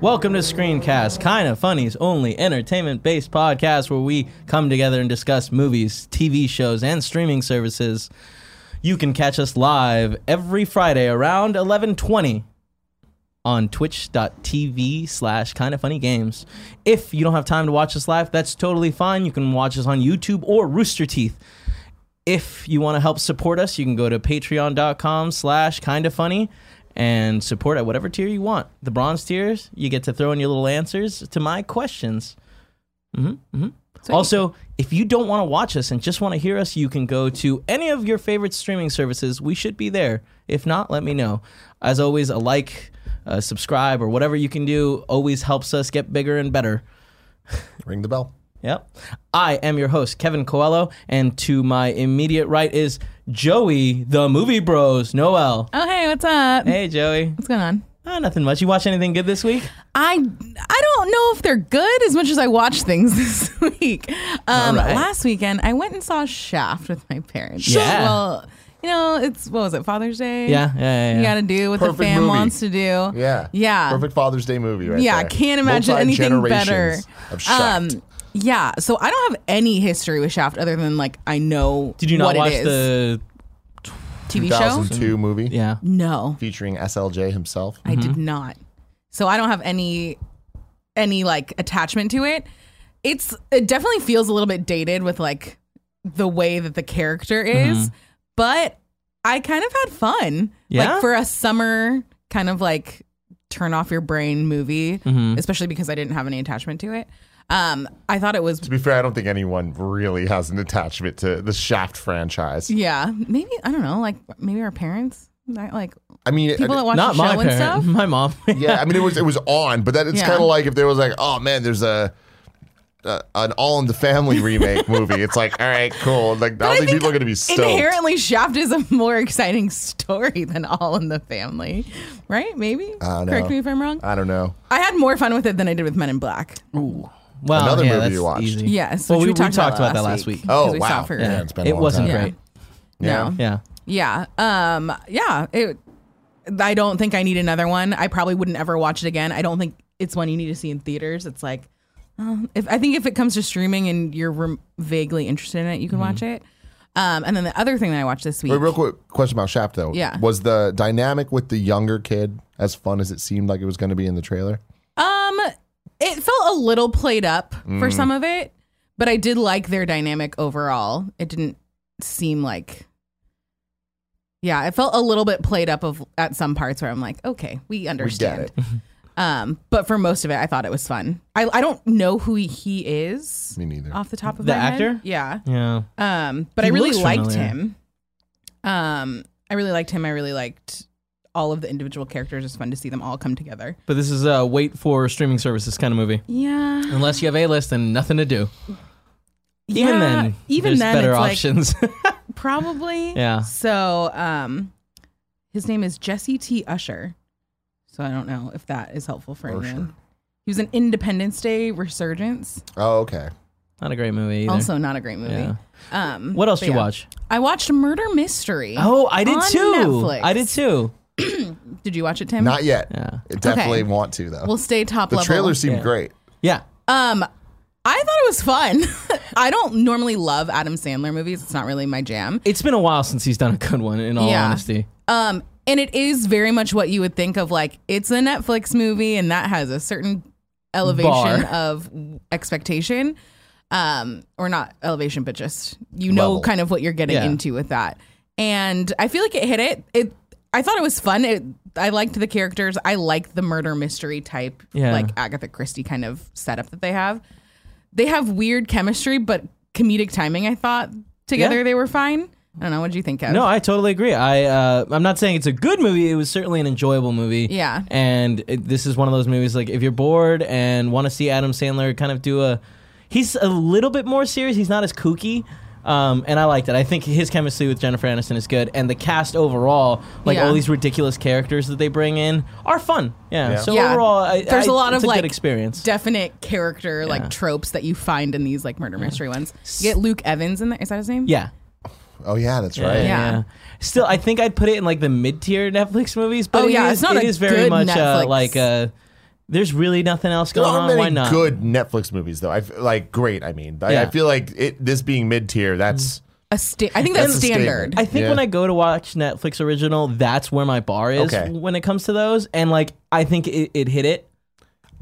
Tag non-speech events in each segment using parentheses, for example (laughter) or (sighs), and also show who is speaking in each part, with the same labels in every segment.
Speaker 1: Welcome to Screencast, kind of funny's only entertainment based podcast where we come together and discuss movies, TV shows, and streaming services. You can catch us live every Friday around 1120 on twitch.tv slash kind of funny games. If you don't have time to watch us live, that's totally fine. You can watch us on YouTube or Rooster Teeth. If you want to help support us, you can go to patreon.com slash kind of funny and support at whatever tier you want. The bronze tiers, you get to throw in your little answers to my questions. Mm-hmm, Also, if you don't want to watch us and just want to hear us, you can go to any of your favorite streaming services. We should be there. If not, let me know. As always, a like, a subscribe, or whatever you can do always helps us get bigger and better.
Speaker 2: Ring the bell.
Speaker 1: Yep. I am your host, Kevin Coelho, and to my immediate right is Joey, the movie bros, Noel.
Speaker 3: Oh hey, what's up?
Speaker 1: Hey, Joey.
Speaker 3: What's going on?
Speaker 1: Ah, nothing much. You watch anything good this week?
Speaker 3: I I don't know if they're good as much as I watch things (laughs) this week. Um,
Speaker 1: right.
Speaker 3: Last weekend, I went and saw Shaft with my parents.
Speaker 1: Yeah.
Speaker 3: Well, you know, it's what was it Father's Day?
Speaker 1: Yeah, yeah, yeah,
Speaker 3: You
Speaker 1: yeah.
Speaker 3: got to do what the
Speaker 2: Perfect
Speaker 3: fam
Speaker 2: movie.
Speaker 3: wants to do.
Speaker 2: Yeah.
Speaker 3: Yeah.
Speaker 2: Perfect Father's Day movie, right?
Speaker 3: yeah,
Speaker 2: there.
Speaker 3: can't imagine anything better. Um,
Speaker 2: Multi-generations Of Shaft.
Speaker 3: yeah, so I don't have any history with Shaft other than like I know.
Speaker 1: Did you not
Speaker 3: what
Speaker 1: watch
Speaker 3: it is.
Speaker 1: the.
Speaker 3: TV show?
Speaker 2: 2002 movie
Speaker 1: Yeah.
Speaker 3: No,
Speaker 2: featuring SLJ himself.
Speaker 3: I did
Speaker 1: Mm-hmm.
Speaker 3: not. So I don't have any any like attachment to it. It's it definitely feels a little bit dated with like the way that the character is,
Speaker 1: Mm-hmm.
Speaker 3: but I kind of had fun.
Speaker 1: Yeah?
Speaker 3: Like for a summer kind of like turn off your brain movie,
Speaker 1: Mm-hmm.
Speaker 3: especially because I didn't have any attachment to it. Um I thought it was
Speaker 2: to be fair, I don't think anyone really has an attachment to the Shaft franchise.
Speaker 3: yeah, maybe I don't know, like maybe our parents Not, like
Speaker 2: I mean, it-
Speaker 3: people that watch
Speaker 1: Uh, Not
Speaker 3: the show
Speaker 1: my
Speaker 3: and
Speaker 1: parents.
Speaker 3: stuff.
Speaker 1: My mom.
Speaker 2: (laughs) yeah, I mean, it was it was on, but that it's
Speaker 3: Yeah.
Speaker 2: kind of like if there was like, oh man, there's a. Uh, an All in the Family remake movie. It's like, all right, cool. Like, I don't
Speaker 3: I
Speaker 2: think,
Speaker 3: think
Speaker 2: people are going to be stoked.
Speaker 3: Inherently, Shaft is a more exciting story than All in the Family, right? Maybe.
Speaker 2: don't
Speaker 3: Correct
Speaker 2: know.
Speaker 3: me if I'm wrong.
Speaker 2: I don't know.
Speaker 3: I had more fun with it than I did with Men in Black.
Speaker 1: Well,
Speaker 2: Another
Speaker 1: yeah,
Speaker 2: movie
Speaker 1: that's
Speaker 2: you watched.
Speaker 1: easy.
Speaker 3: Yes.
Speaker 1: Well,
Speaker 3: which
Speaker 1: we, we talked about, that last week.
Speaker 2: Oh,
Speaker 3: 'cause we saw
Speaker 2: wow.
Speaker 3: it for-
Speaker 2: Yeah. it's been a
Speaker 1: it
Speaker 2: long
Speaker 1: wasn't
Speaker 2: time.
Speaker 1: great.
Speaker 3: No.
Speaker 1: Yeah.
Speaker 3: Yeah. Um. Yeah. It. I don't think I need another one. I probably wouldn't ever watch it again. I don't think it's one you need to see in theaters. It's like, um, if I think if it comes to streaming and you're rem- vaguely interested in it, you can watch it. Um. And then the other thing that I watched this week.
Speaker 2: Mm-hmm. Wait, real quick question about Shaft though.
Speaker 3: Yeah.
Speaker 2: Was the dynamic with the younger kid as fun as it seemed like it was going to be in the trailer?
Speaker 3: Um, it felt a little played up for some of it, but I did like their dynamic overall. It didn't seem like, yeah, it felt a little bit played up of at some parts where I'm like, okay, we understand.
Speaker 2: it.
Speaker 3: Um, but for most of it, I thought it was fun. I I don't know who he, he is
Speaker 2: Me neither.
Speaker 3: off the top of
Speaker 1: The
Speaker 3: my head.
Speaker 1: actor?
Speaker 3: yeah.
Speaker 1: Yeah.
Speaker 3: Um, but
Speaker 1: He
Speaker 3: I really
Speaker 1: looks
Speaker 3: liked
Speaker 1: familiar.
Speaker 3: him. Um, I really liked him. I really liked all of the individual characters. It's fun to see them all come together.
Speaker 1: But this is a wait for streaming services kind of movie.
Speaker 3: Yeah.
Speaker 1: Unless you have A list and nothing to do. Even
Speaker 3: Yeah,
Speaker 1: then,
Speaker 3: even
Speaker 1: there's
Speaker 3: then,
Speaker 1: better
Speaker 3: it's like- (laughs)
Speaker 1: options. (laughs)
Speaker 3: Probably.
Speaker 1: Yeah.
Speaker 3: So, um, his name is Jesse T. Usher. So I don't know if that is helpful for
Speaker 2: Usher.
Speaker 3: anyone. He was an Independence Day resurgence.
Speaker 2: Oh, okay.
Speaker 1: Not a great movie either.
Speaker 3: Also, not a great movie.
Speaker 1: Yeah.
Speaker 3: Um,
Speaker 1: what else
Speaker 3: but
Speaker 1: did you
Speaker 3: yeah.
Speaker 1: watch?
Speaker 3: I watched Murder Mystery.
Speaker 1: Oh, I did
Speaker 3: On
Speaker 1: too.
Speaker 3: Netflix.
Speaker 1: I did too.
Speaker 3: did you watch it, Tim?
Speaker 2: Not yet.
Speaker 1: Yeah.
Speaker 2: I Definitely want to though.
Speaker 3: We'll stay top
Speaker 2: the
Speaker 3: level.
Speaker 2: trailer seemed
Speaker 1: Yeah.
Speaker 2: great.
Speaker 1: Yeah.
Speaker 3: Um, I thought it was fun. (laughs) I don't normally love Adam Sandler movies. It's not really my jam.
Speaker 1: It's been a while since he's done a good one, in all
Speaker 3: Yeah.
Speaker 1: honesty.
Speaker 3: Um, and it is very much what you would think of like it's a Netflix movie, and that has a certain elevation
Speaker 1: Bar.
Speaker 3: of expectation, um, or not elevation, but just you know
Speaker 2: Level.
Speaker 3: kind of what you're getting
Speaker 1: Yeah.
Speaker 3: into with that. And I feel like it hit it. It I thought it was fun. It I liked the characters. I liked the murder mystery type,
Speaker 1: Yeah.
Speaker 3: like Agatha Christie kind of setup that they have. They have weird chemistry, but comedic timing. I thought together
Speaker 1: Yeah.
Speaker 3: they were fine. I don't know. What would you think of?
Speaker 1: No, I totally agree. I uh, I'm not saying it's a good movie. It was certainly an enjoyable movie.
Speaker 3: Yeah.
Speaker 1: And it, this is one of those movies like if you're bored and want to see Adam Sandler kind of do a, he's a little bit more serious. He's not as kooky. Um, and I liked it. I think his chemistry with Jennifer Aniston is good, and the cast overall, like
Speaker 3: Yeah.
Speaker 1: all these ridiculous characters that they bring in, are fun. Yeah.
Speaker 2: Yeah.
Speaker 1: So
Speaker 3: Yeah.
Speaker 1: overall, I,
Speaker 3: There's
Speaker 1: a
Speaker 3: a lot
Speaker 1: it's
Speaker 3: of,
Speaker 1: a
Speaker 3: like,
Speaker 1: good experience.
Speaker 3: definite character like tropes that you find in these like murder mystery ones. You get Luke Evans in there. Is that his name?
Speaker 1: yeah.
Speaker 2: Oh yeah, that's right.
Speaker 3: Yeah.
Speaker 1: Still, I think I'd put it in like the mid tier Netflix movies, but
Speaker 3: Oh,
Speaker 1: it
Speaker 3: yeah,
Speaker 1: is-
Speaker 3: it's not
Speaker 1: it
Speaker 3: a
Speaker 1: is very
Speaker 3: good
Speaker 1: much uh,
Speaker 3: Netflix.
Speaker 1: like uh, There's really nothing else
Speaker 2: There
Speaker 1: going
Speaker 2: are
Speaker 1: on. Why
Speaker 2: many
Speaker 1: not?
Speaker 2: good Netflix movies though. I f- like great. I mean, I, I
Speaker 1: Yeah. Mm-hmm.
Speaker 2: feel like it. This being mid tier, that's
Speaker 3: A sta- I think that's
Speaker 2: That's a statement.
Speaker 3: standard.
Speaker 1: I think
Speaker 2: Yeah.
Speaker 1: when I go to watch Netflix original, that's where my bar is
Speaker 2: Okay.
Speaker 1: when it comes to those. And like, I think it, it hit it.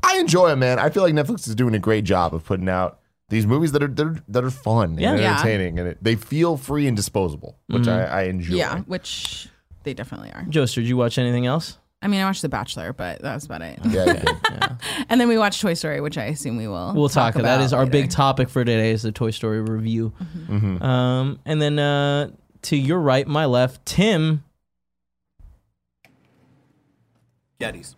Speaker 2: I enjoy it, man. I feel like Netflix is doing a great job of putting out these movies that are that are, that are fun
Speaker 1: Yeah. Mm-hmm.
Speaker 2: and
Speaker 3: Yeah.
Speaker 2: entertaining, and it, they feel free and disposable, which I, I enjoy.
Speaker 3: yeah, which they definitely are.
Speaker 1: Joester, did you watch anything else?
Speaker 3: I mean, I watched The Bachelor, but that was about it.
Speaker 2: Yeah, yeah.
Speaker 3: (laughs) And then we watched Toy Story, which I assume we will.
Speaker 1: We'll talk.
Speaker 3: about Mm-hmm.
Speaker 1: that is our
Speaker 3: later.
Speaker 1: big topic for today is the Toy Story review.
Speaker 2: Mm-hmm.
Speaker 1: Um, and then uh, to your right, my left, Tim.
Speaker 4: Yetis.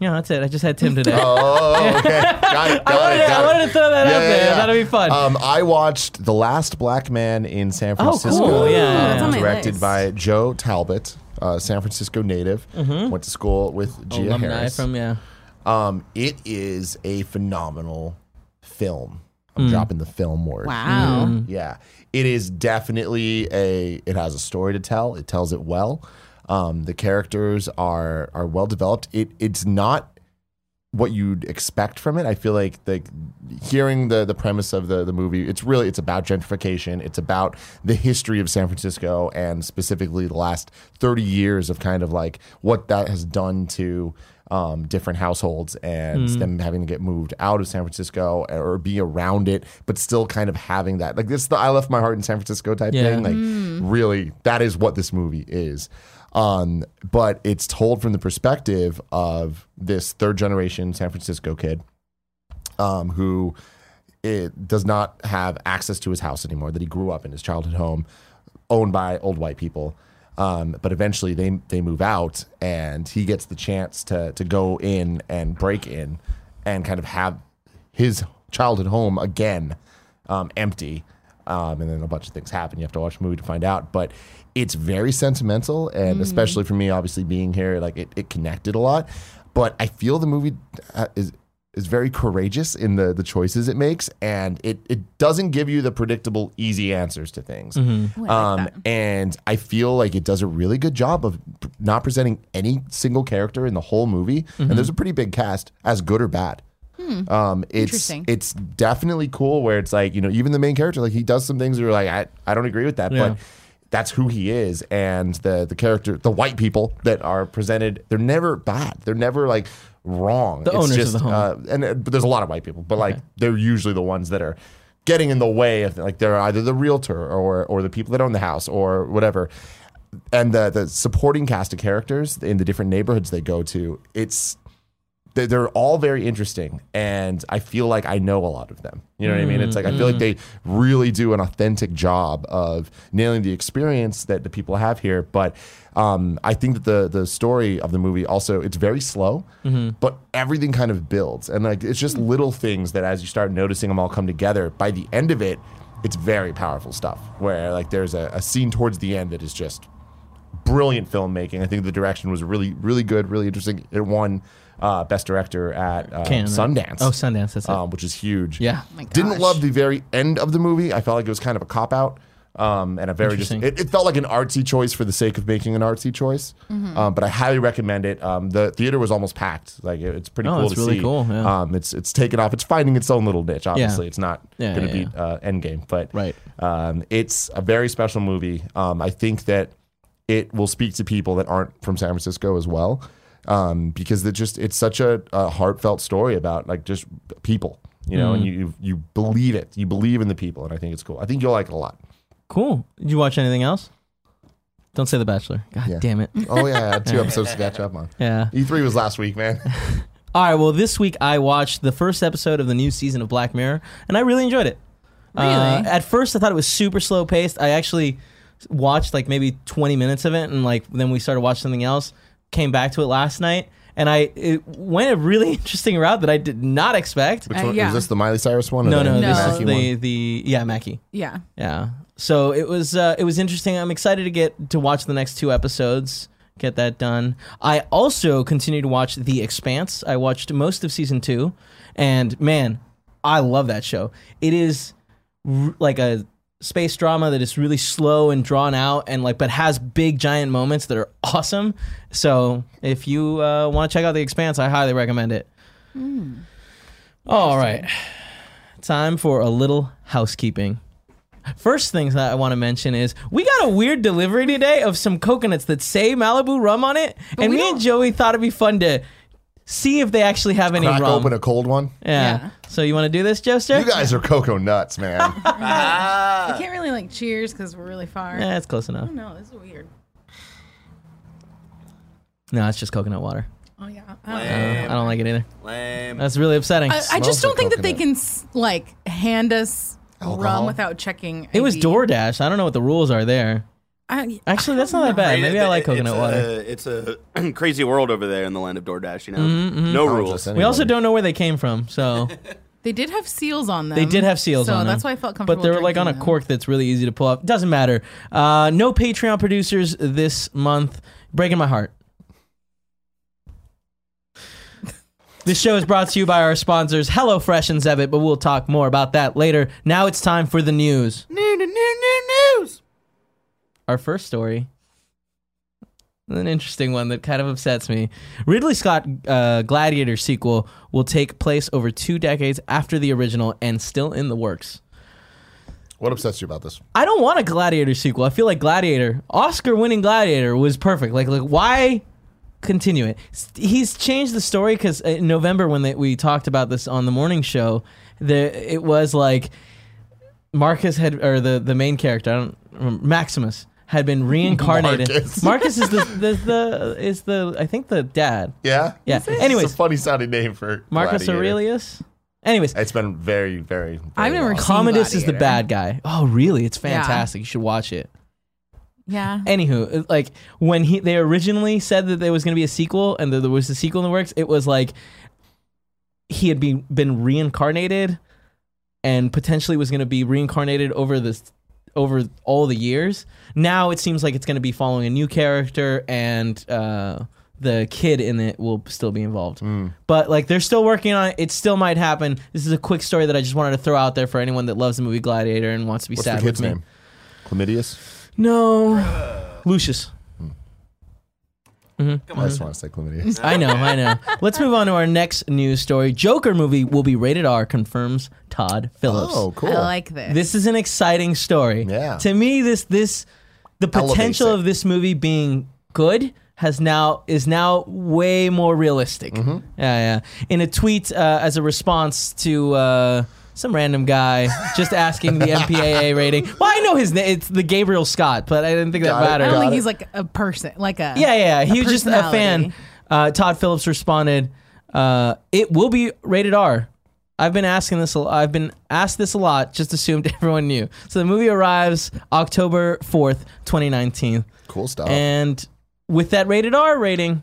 Speaker 1: Yeah, that's it. I just had
Speaker 3: (laughs)
Speaker 1: Tim today. (laughs)
Speaker 2: Oh, okay. Got it. Got
Speaker 1: I, wanted,
Speaker 2: it.
Speaker 1: I
Speaker 2: Got it.
Speaker 1: wanted to throw that
Speaker 2: Yeah,
Speaker 1: out
Speaker 2: yeah,
Speaker 1: there.
Speaker 2: yeah.
Speaker 1: That'd be fun. Oh,
Speaker 2: Um, I watched The Last Black Man in San Francisco.
Speaker 1: cool. Yeah, yeah,
Speaker 2: um,
Speaker 1: that's on
Speaker 3: my
Speaker 2: directed
Speaker 3: list.
Speaker 2: by Joe Talbot, uh, San Francisco native.
Speaker 1: Mm-hmm.
Speaker 2: Went to school with Gia
Speaker 1: Alumni
Speaker 2: Harris.
Speaker 1: from yeah.
Speaker 2: um, it is a phenomenal film.
Speaker 1: Mm.
Speaker 2: I'm dropping the film word.
Speaker 3: Wow.
Speaker 1: Mm-hmm.
Speaker 2: Yeah, it is definitely a. It has a story to tell. It tells it well. Um, the characters are are well developed. It it's not what you'd expect from it. I feel like like hearing the the premise of the the movie. It's really it's about gentrification. It's about the history of San Francisco and specifically the last thirty years of kind of like what that has done to. Um, different households and them having to get moved out of San Francisco or be around it, but still kind of having that like this. The I left my heart in San Francisco type
Speaker 1: Yeah.
Speaker 2: thing. Like really, that is what this movie is. Um, but it's told from the perspective of this third generation San Francisco kid um, who it does not have access to his house anymore that he grew up in his childhood home owned by old white people um, but eventually they they move out and he gets the chance to to go in and break in and kind of have his childhood home again um, empty um, and then a bunch of things happen you have to watch the movie to find out but it's very sentimental and especially for me obviously being here like it, it connected a lot but i feel the movie uh, is is very courageous in the the choices it makes, and it it doesn't give you the predictable, easy answers to things.
Speaker 3: I like
Speaker 2: um, and I feel like it does a really good job of p- not presenting any single character in the whole movie. And there's a pretty big cast, as good or bad. Um, it's
Speaker 3: Hmm. Interesting.
Speaker 2: it's definitely cool where it's like you know even the main character like he does some things where you're like I I don't agree with that,
Speaker 1: Yeah.
Speaker 2: but that's who he is and the the character the white people that are presented they're never bad they're never like wrong
Speaker 1: The owners of the home.
Speaker 2: uh, and uh, but there's a lot of white people, but like they're usually the ones that are getting in the way of like they're either the realtor or or the people that own the house or whatever. And the the supporting cast of characters in the different neighborhoods they go to, it's they- they're all very interesting and i feel like i know a lot of them you know what i mean it's like i feel like they really do an authentic job of nailing the experience that the people have here but um, i think that the the story of the movie also it's very slow but everything kind of builds and like it's just little things that as you start noticing them all come together by the end of it it's very powerful stuff where like there's a, a scene towards the end that is just brilliant filmmaking. I think the direction was really, really good, really interesting. It won uh, best director at uh,
Speaker 1: Canada.
Speaker 2: Sundance,
Speaker 1: Oh, Sundance. That's it.
Speaker 2: um, which is huge.
Speaker 1: yeah.
Speaker 3: Oh my gosh.
Speaker 2: didn't love the very end of the movie. I felt like it was kind of a cop out. Um, and a very just,
Speaker 1: Interesting.
Speaker 2: it, it felt like an artsy choice for the sake of making an artsy choice.
Speaker 3: Mm-hmm.
Speaker 2: Um, but I highly recommend it. Um, the theater was almost packed. Like it- it's pretty
Speaker 1: Oh,
Speaker 2: cool
Speaker 1: that's
Speaker 2: to
Speaker 1: really
Speaker 2: see.
Speaker 1: cool, yeah.
Speaker 2: Um, it's it's taken off. It's finding its own little niche. Obviously, it's not
Speaker 1: Yeah,
Speaker 2: going to
Speaker 1: yeah,
Speaker 2: beat uh, Endgame, but
Speaker 1: Right.
Speaker 2: um, it's a very special movie. Um, I think that it will speak to people that aren't from San Francisco as well, um, because it just it's such a, a heartfelt story about like just people, you know,
Speaker 1: Mm.
Speaker 2: and you, you you believe it, you believe in the people, and I think it's cool. I think you'll like it
Speaker 1: (laughs)
Speaker 2: a lot.
Speaker 1: Cool. Did you watch anything else? Don't say The Bachelor. God
Speaker 2: Yeah.
Speaker 1: damn it.
Speaker 2: Oh yeah, I had two episodes to catch up on.
Speaker 1: Yeah.
Speaker 2: E three was last week,
Speaker 1: Uh,
Speaker 2: man.
Speaker 1: All right. Well, this week I watched the first episode of the new season of Black Mirror, and I really enjoyed it. Uh,
Speaker 3: Really?
Speaker 1: at first, I thought it was super slow paced. I actually watched like maybe 20 minutes of it, and like then we started watching something else. Came back to it last night, and I it went a really (laughs) interesting route that I did not expect.
Speaker 2: Which
Speaker 3: Uh,
Speaker 2: one,
Speaker 3: yeah.
Speaker 2: Was this the Miley Cyrus one? or
Speaker 1: No, no,
Speaker 2: the
Speaker 1: this
Speaker 3: No.
Speaker 1: is
Speaker 2: Mackie one?
Speaker 1: the the yeah Mackie.
Speaker 3: Yeah.
Speaker 1: Yeah. So it was uh, it was interesting. I'm excited to get to watch the next two episodes. Get that done. I also continue to watch The Expanse. I watched most of season two, and man, I love that show. It is r- like a space drama that is really slow and drawn out, and like but has big giant moments that are awesome. So if you uh, want to check out The Expanse, I highly recommend it.
Speaker 2: Hmm.
Speaker 1: All right. Time for a little housekeeping. First things that I want to mention is we got a weird delivery today of some coconuts that say Malibu rum on it, and
Speaker 3: we
Speaker 1: me and Joey thought it'd be fun to see if they actually have any
Speaker 2: Crack
Speaker 1: rum.
Speaker 2: open a cold one.
Speaker 1: yeah.
Speaker 3: Yeah.
Speaker 1: So you want to do this, Joester? (laughs)
Speaker 2: You guys are cocoa nuts, man.
Speaker 3: I can't really like cheers because we're really far.
Speaker 1: Eh, it's close
Speaker 2: Mm.
Speaker 1: enough.
Speaker 3: No, this is weird.
Speaker 1: No, it's just coconut water.
Speaker 3: Oh yeah.
Speaker 1: I don't like it either.
Speaker 4: Lame.
Speaker 1: That's really upsetting.
Speaker 3: I, I just
Speaker 2: Smells
Speaker 3: don't
Speaker 2: like
Speaker 3: think that they
Speaker 2: coconut.
Speaker 3: can s- like hand us
Speaker 2: Alcohol?
Speaker 3: rum without checking.
Speaker 1: it was
Speaker 3: ID.
Speaker 1: DoorDash. I don't know what the rules are there.
Speaker 3: I,
Speaker 1: Actually, that's not that bad. Maybe I like
Speaker 4: It's uh, a-
Speaker 1: coconut water.
Speaker 4: It's a (clears throat) crazy world over there in the land of DoorDash, you know?
Speaker 3: Mm-hmm,
Speaker 4: No
Speaker 2: I'll
Speaker 4: rules.
Speaker 2: just
Speaker 1: We also
Speaker 2: anyway.
Speaker 1: don't know where they came from, so
Speaker 3: They did have seals on them.
Speaker 1: They did have seals
Speaker 3: so
Speaker 1: on them.
Speaker 3: that's why I felt comfortable.
Speaker 1: but they were like on a
Speaker 3: drinking them.
Speaker 1: cork that's really easy to pull up. Doesn't matter. Uh, no Patreon producers this month. Breaking my heart. this show is brought to you by our sponsors, HelloFresh and Zebit, but we'll talk more about that later. Now it's time for the news.
Speaker 4: New, new, new, new news.
Speaker 1: Our first story. An interesting one that kind of upsets me. Ridley Scott uh, Gladiator sequel will take place over two decades after the original and still in the works.
Speaker 2: What upsets you about this?
Speaker 1: I don't want a Gladiator sequel. I feel like Gladiator, Oscar winning Gladiator, was perfect. Like, like why continue it? S- He's changed the story because in November, when they, we talked about this on the morning show, the, it was like Marcus had, or the, the main character, I don't remember, Maximus. Had been reincarnated.
Speaker 2: Marcus.
Speaker 1: (laughs) is the, the the is the I think the dad.
Speaker 2: Yeah.
Speaker 1: Yeah.
Speaker 2: It's
Speaker 1: Anyways,
Speaker 2: a funny sounding name for
Speaker 1: Marcus
Speaker 2: Gladiator.
Speaker 1: Aurelius. Anyways,
Speaker 2: It's been very, very. very
Speaker 3: I've never
Speaker 2: long.
Speaker 3: seen-
Speaker 1: Commodus is the bad
Speaker 3: Gladiator.
Speaker 1: guy. Oh, really? It's
Speaker 3: Yeah.
Speaker 1: fantastic. You should watch it.
Speaker 3: Yeah.
Speaker 1: Anywho, it- like when he they originally said that there was going to be a sequel and that there was a sequel in the works, it was like he had been been reincarnated and potentially was going to be reincarnated over this over all the years. Now it seems like it's going to be following a new character and uh the kid in it will still be involved.
Speaker 2: Hmm.
Speaker 1: But like they're still working on it. It still might happen. This is a quick story that I just wanted to throw out there for anyone that loves the movie Gladiator and wants to be
Speaker 2: What's
Speaker 1: sad
Speaker 2: the kid's
Speaker 1: with me.
Speaker 2: name? Chlamydius.
Speaker 1: No. Lucius.
Speaker 2: I just want to say chlamydius.
Speaker 1: I know, I know. Let's move on to our next news story. Joker movie will be rated R, confirms Todd Phillips.
Speaker 2: oh, cool.
Speaker 3: I like this.
Speaker 1: This is an exciting story.
Speaker 2: Yeah.
Speaker 1: To me, this this the
Speaker 2: Elevates
Speaker 1: potential
Speaker 2: it.
Speaker 1: of this movie being good has now is now way more realistic.
Speaker 2: Mm-hmm.
Speaker 1: Yeah, yeah. In a tweet uh, as a response to uh, some random guy just asking the MPAA rating. Well, I know his name. It's the Gabriel Scott, but I didn't think
Speaker 2: Got
Speaker 1: that
Speaker 2: it,
Speaker 1: mattered.
Speaker 3: I don't
Speaker 2: got
Speaker 3: think
Speaker 2: it.
Speaker 3: he's like a person, like a
Speaker 1: Yeah, yeah, yeah. He was just a fan.
Speaker 3: personality.
Speaker 1: Uh, Todd Phillips responded, uh, "It will be rated R." I've been asking this. A, I've been asked this a lot. Just assumed (laughs) everyone knew. So the movie arrives October fourth, twenty nineteen,
Speaker 2: Cool stuff.
Speaker 1: and with that rated R rating,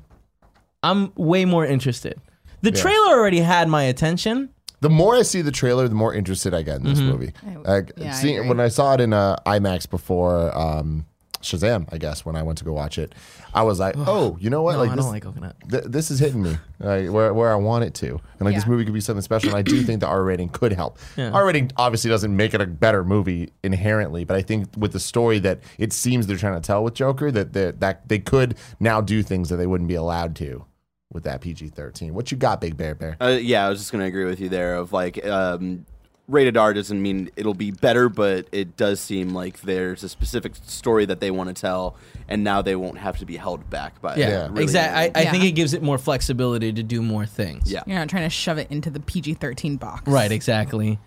Speaker 1: I'm way more interested. The trailer already had my attention.
Speaker 2: the more I see the trailer, the more interested I get in this
Speaker 1: Mm-hmm.
Speaker 2: movie. Like
Speaker 3: yeah, I
Speaker 2: seeing-
Speaker 3: agree.
Speaker 2: when I saw it in uh, IMAX before um, Shazam, I guess when I went to go watch it, I was like, oh, you know what?
Speaker 1: No,
Speaker 2: like
Speaker 1: I
Speaker 2: this,
Speaker 1: don't like coconut.
Speaker 2: th- this is hitting me like, where, where I want it to. And like this
Speaker 3: Yeah.
Speaker 2: movie could be something special. And I do think the R rating could help. R rating obviously doesn't make it a better movie inherently, but I think with the story that it seems they're trying to tell with Joker, that that, that they could now do things that they wouldn't be allowed to with that PG 13. What you got, Big Bear Bear?
Speaker 4: Uh, yeah, I was just going to agree with you there of like um, rated R doesn't mean it'll be better, but it does seem like there's a specific story that they want to tell, and now they won't have to be held back by
Speaker 1: Yeah,
Speaker 2: Yeah.
Speaker 4: really-
Speaker 1: exactly. I, I think
Speaker 3: Yeah.
Speaker 1: it gives it more flexibility to do more things.
Speaker 4: Yeah.
Speaker 3: You're not trying to shove it into the PG-13 box,
Speaker 1: Right, exactly.